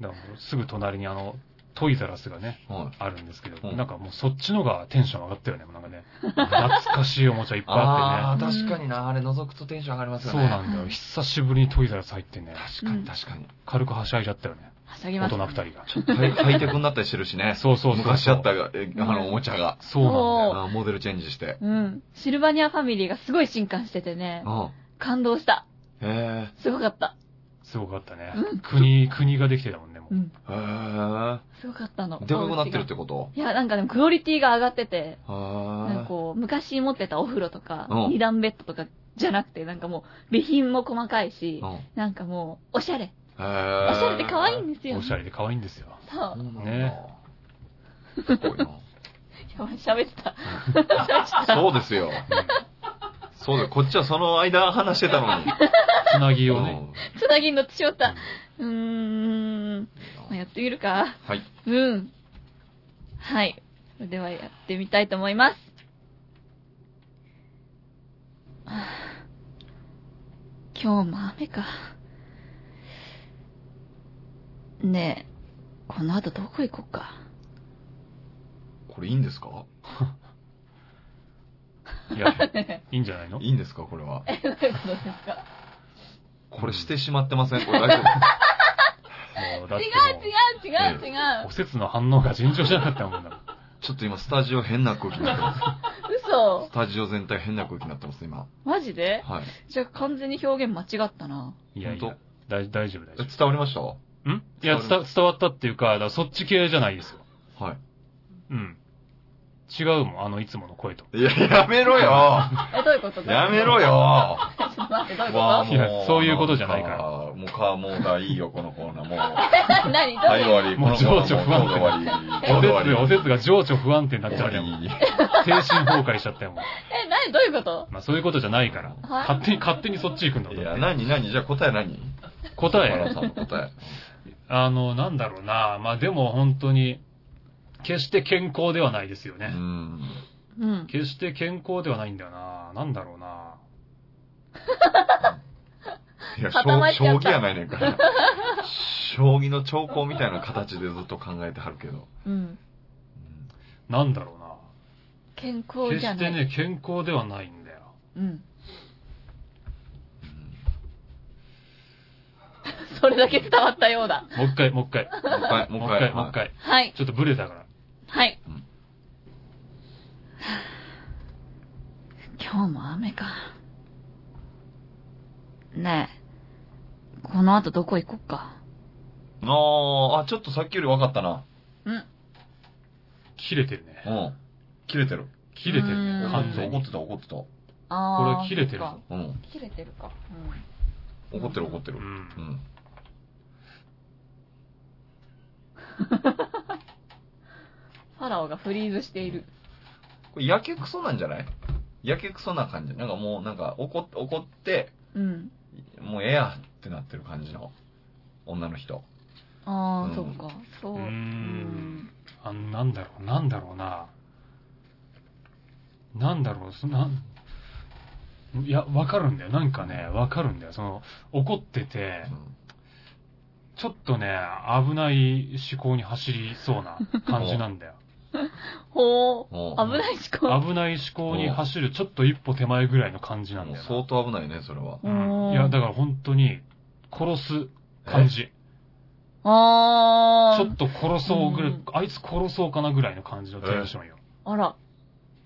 だからもうすぐ隣にあの、トイザラスがね、はい。あるんですけど、うんなんかもうそっちのがテンション上がったよね。なんかね、懐かしいおもちゃいっぱいああっあてね。ねー、確かにな。あれ覗くとテンション上がりますよそ ね。うなんだよ。久しぶりにトイザラス入ってね、確かに、確かに。軽くはしゃいじゃったよね。はしゃぎ大ます人。二人が。はいハイテクになったりしてるしね。そうそうそう。昔あったがえあの、おもちゃが。そうなんだよ。そうあーモデルチェンジして。うん。シルバニアファミリーがすごい進化しててねう。ん。感動した。へえ。すごかった。すごかったね。うん国、国ができてたもんね、もうう。ん。へえ。すごかったの。でかくなってるってこといや、なんかでもクオリティが上がってて、へなんかーこう、昔持ってたお風呂とかうん、二段ベッドとかじゃなくて、なんかもう、備品も細かいしう、ん。なんかもう、おしゃれ。おしおしゃれって可愛いね。んですよ。おしゃれで可愛いんですよ。そう。ねすごいな。やばい、喋ってた。そうですうよ。んそうだよ。こっちはその間話してたのに。つなぎうをね。んつなぎに乗ってしまった。うーん。まあやってみるか。はい。うん。はい。それではやってみたいと思います。はあ今日も雨か。ねえ、この後どこ行こうか。これいいんですかいや、 いいんじゃないのいいんですかこれは。どういうことですかこれしてしまってませんこれ大 丈夫もうだっ違てう違う違う違もう、おう。せつの反応が尋常じゃなかったもんだ。ちょっと今、スタジオ変な空気になってま嘘す。ス。タジオ全体変な空気になってます、今。マジではい。じゃあ完全に表現間違ったな。いやいや本、大大丈夫大え丈伝わりましたは夫。んいや、伝伝わったっていうか、だからそっち系じゃないですよ。い。うん。違うもん、あの、いつもの声と。いや、やめろよえ、どういうことやめろよ ちょっと待って、どういうこわあいやそういうことじゃないからもうか、もうがいいよ、このコーナー。もう、と 何どうはい、いう終わり。もう情緒不安定終わり。終おわせつ、り。おせつが情緒不安定になっち終ゃわうやん。り。精神崩壊しちゃったよ、もう。え、何どういうことまあ、そういうことじゃないから。はい勝手に、勝手にそっち行くんだもんいだっや、て何、何、じゃあ答え何答小原え、さんの答え。あの、なんだろうな。まあ、でも本当に、決して健康ではないですようね。ん。うん。決して健康ではないんだよな。なんだろうな。いや、将固まっちゃ将った棋やないねんから。将棋の兆候みたいな形でずっと考えてはるけど。うん。うんなんだろうな。健康決じゃしなてい。ね、健康ではないんだよ。うん。 それだけ伝わったようだ。もう一回、もう一回。もう一回、ももうう一一回。回、もう一回。はい。ちょっとブレたから。はい。 今日も雨か。ねえ、この後どこ行こっか。あーあ、ちょっとさっきより分かったな。うん。切れてるねう。ん。切れてる。切れてるうね、ん完全怒っに。てた、怒ってた。こあれは切れてるかぞうん。切れてるか。怒ってる、怒ってうる。ん。うん。ファラオがフリーズしている。これ、やけくそなんじゃないやけくそな感じ。なんかもう、なんか、怒って、怒って、うん。もうええやってなってる感じの女の人。あうあ、んそっか。そう。ううーんん。あ、なんだろう、なんだろうな。なんだろう、そなん、いや、わかるんだよ。なんかね、わかるんだよ。その、怒っててう、んちょっとね、危ない思考に走りそうな感じなんだよ。ほう。もう、危ない思考。危ない思考に走るちょっと一歩手前ぐらいの感じなんもうだよ相当危ないね、それは。な。うんいや、だから本当に、殺す感じ。あちあょっと殺そうぐらい、うんあいつ殺そうかなぐらいの感じのテンションよ。あら。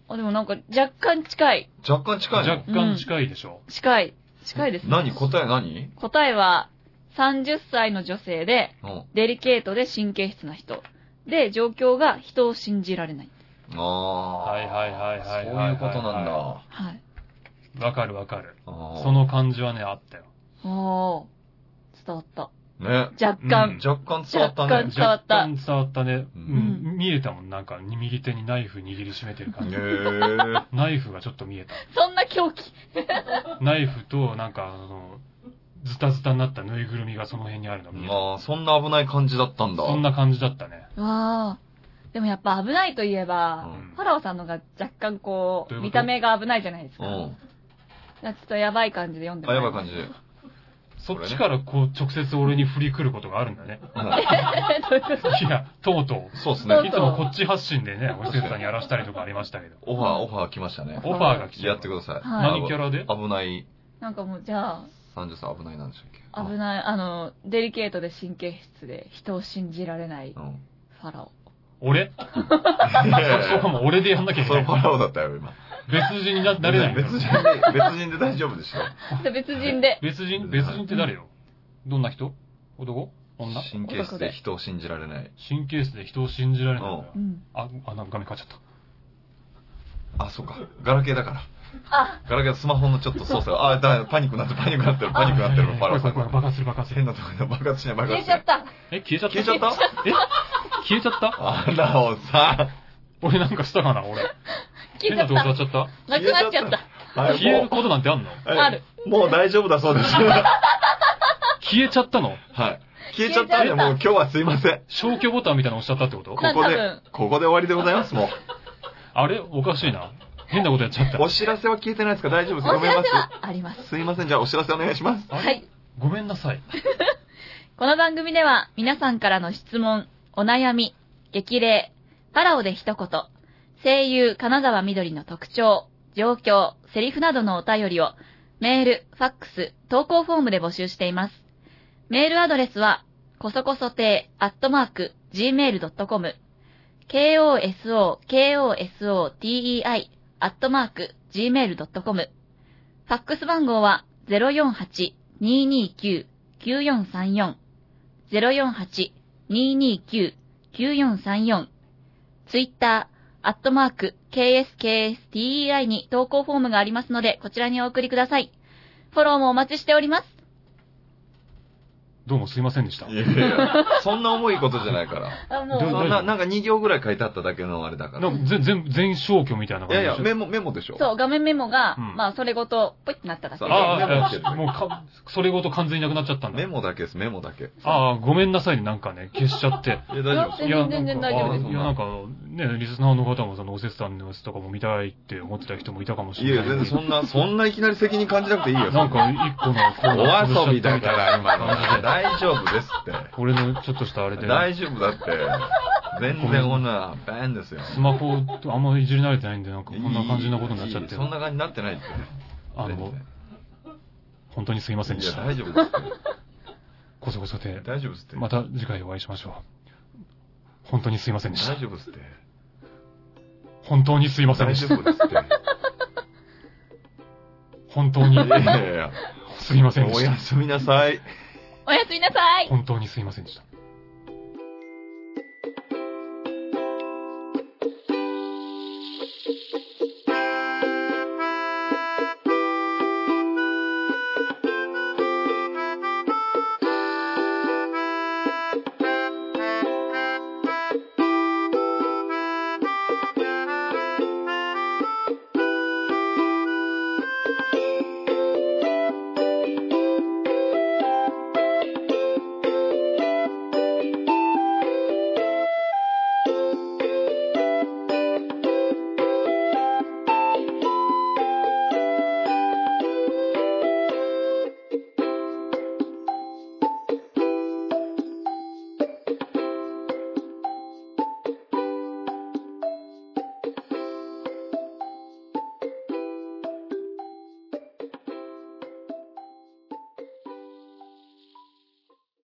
あ、でもなんか若干近い。若干近いの若干近いでしょ。近い。近いですね。何答え何答えは、30歳の女性で、うん。デリケートで神経質な人。で、状況が人を信じられない。ああ。はいはいはいはいそうはいはいいうことなんだ。はい。わ、かるわかる。そそ、の感じはね、あったよ。おー。伝わった。ね。若干。若干伝わったね。伝わった若干伝わったね。ううんん。見えたもん、なんか、右手にナイフ握りしめてる感じ。へえ。ナイフがちょっと見えそんな狂気。た。ナイフと、なんか、あの、ズタズタになったぬいぐるみがその辺にあるの見えた。まあ、そんな危ない感じだったんだ。そんな感じだったね。わー。でもやっぱ危ないといえうば、んファラオさんのが若干こ、どういううこと見た目が危ないじゃないですうか。ん。ちょっとやばい感じで読んであ、やばいじ。感じで。そっちからこう、直接俺に振り来ることがあるん だね。いや、とうと。そうですそうね。いつもこっち発信でね、お施設さんにやらしたりとかありましたけど。オファー、オファー来ましたね。オファーが来てやってください。はい何キャラで危ない、 なんかもうじゃあ、 30歳危ないなんでしたっけ危ない、あの、デリケートで神経質で人を信じられない うん。ファラオ。俺 そこも俺でやんなきゃいけそなれいフ。ァラオだったよ、今。別人にななれない。別人で、別人で大丈夫でしょ。で 別人で。別人別人って誰よどんな人男女神経質で人を信じられない。神経質で人を信じられないんだよううん。あ、あ、なんか画面変わっちゃった。あ、そうか。ガラケーだから。あ、ガラケースマホのちょっと操作が、あ、だパニックになってる、パニックになってる、パニックになってる、ファラオさん これこれこれが。爆発する爆発す変る。なとこで爆発しない、爆消発えしちゃないっ。た。え、消えちゃった消えちゃったえ消えちゃったあらおさ俺なんかしたかな俺。消変えちなゃっ動画たっ。ちゃったなくなっちゃった。ん。は い消えもることなんてあんのうあるはいもう大丈夫だ そうです。は消えちゃったのい。消えちゃったんで、もう今日はすいません。消去ボタンみたいなの押しちゃったってことここ多で分、ここで終わりでございます、もあれおかしいな。変なことやっちゃったう。。お知らせは消えてないですか大丈夫おです知ごめんらなせさはあります。い。すいません、じゃあお知らせお願いします。あれはい。ごめんなさい。この番組では皆さんからの質問、お悩み、激励、パラオで一言、声優金沢みどりの特徴、状況、セリフなどのお便りをメール、ファックス、投稿フォームで募集しています。メールアドレスは、こそこそてアットマーク、gmail.com、koso, koso, tei, アットマーク、gmail.com、ファックス番号は048-229-9434 048-229-9434ツイッター、アットマーク、KSKSTEI に投稿フォームがありますので、こちらにお送りください。フォローもお待ちしております。どうもすいませんでした。いやいや、そんな重いことじゃないから。あ、もどそうんう、な、なんか2行ぐらい書いてあっただけのあれだから。ないんか全全全消去みたいな感やじいでしょや、メモ、メモでしょ。そう、画面メモが、うんまあ、それごと、ポイってなっただけそで。うあメモあしてるあ、もうか、それごと完全になくなっちゃったんだメ。モだけです、メモだけ。ああ、ごめんなさいね、なんかね、消しちゃって。え、大丈夫 全然いや、全然なんか大丈夫ですあいや、なんか、ね、リスナーの方もその、おせつさんのやつとかも見たいって思ってた人もいたかもしいれや、ない。全然そんな、そんないきなり責任感じなくていいよ。なんか、一個のコーナーお遊びだみたかいら、な今の。大丈夫ですっ俺のちょっとしたあれて。で、大丈夫だって。全然こんな、バンですよ。スマホあんまりいじり慣れてないんで、なんかこんな感じなことになっちゃっていいいい、そんな感じになってないって。あの、本当にすいません全で然いしや、た。大丈夫ですって。こそこそで、大丈夫ですって。また次回お会いしましょう。本当にすいませんでした大。丈夫ですって。本当にすいません大でし丈た。夫ですって。本当にいやいやいや。すいませんでおしやた。すみなさい。おやすみなさい本当にすいませんでした。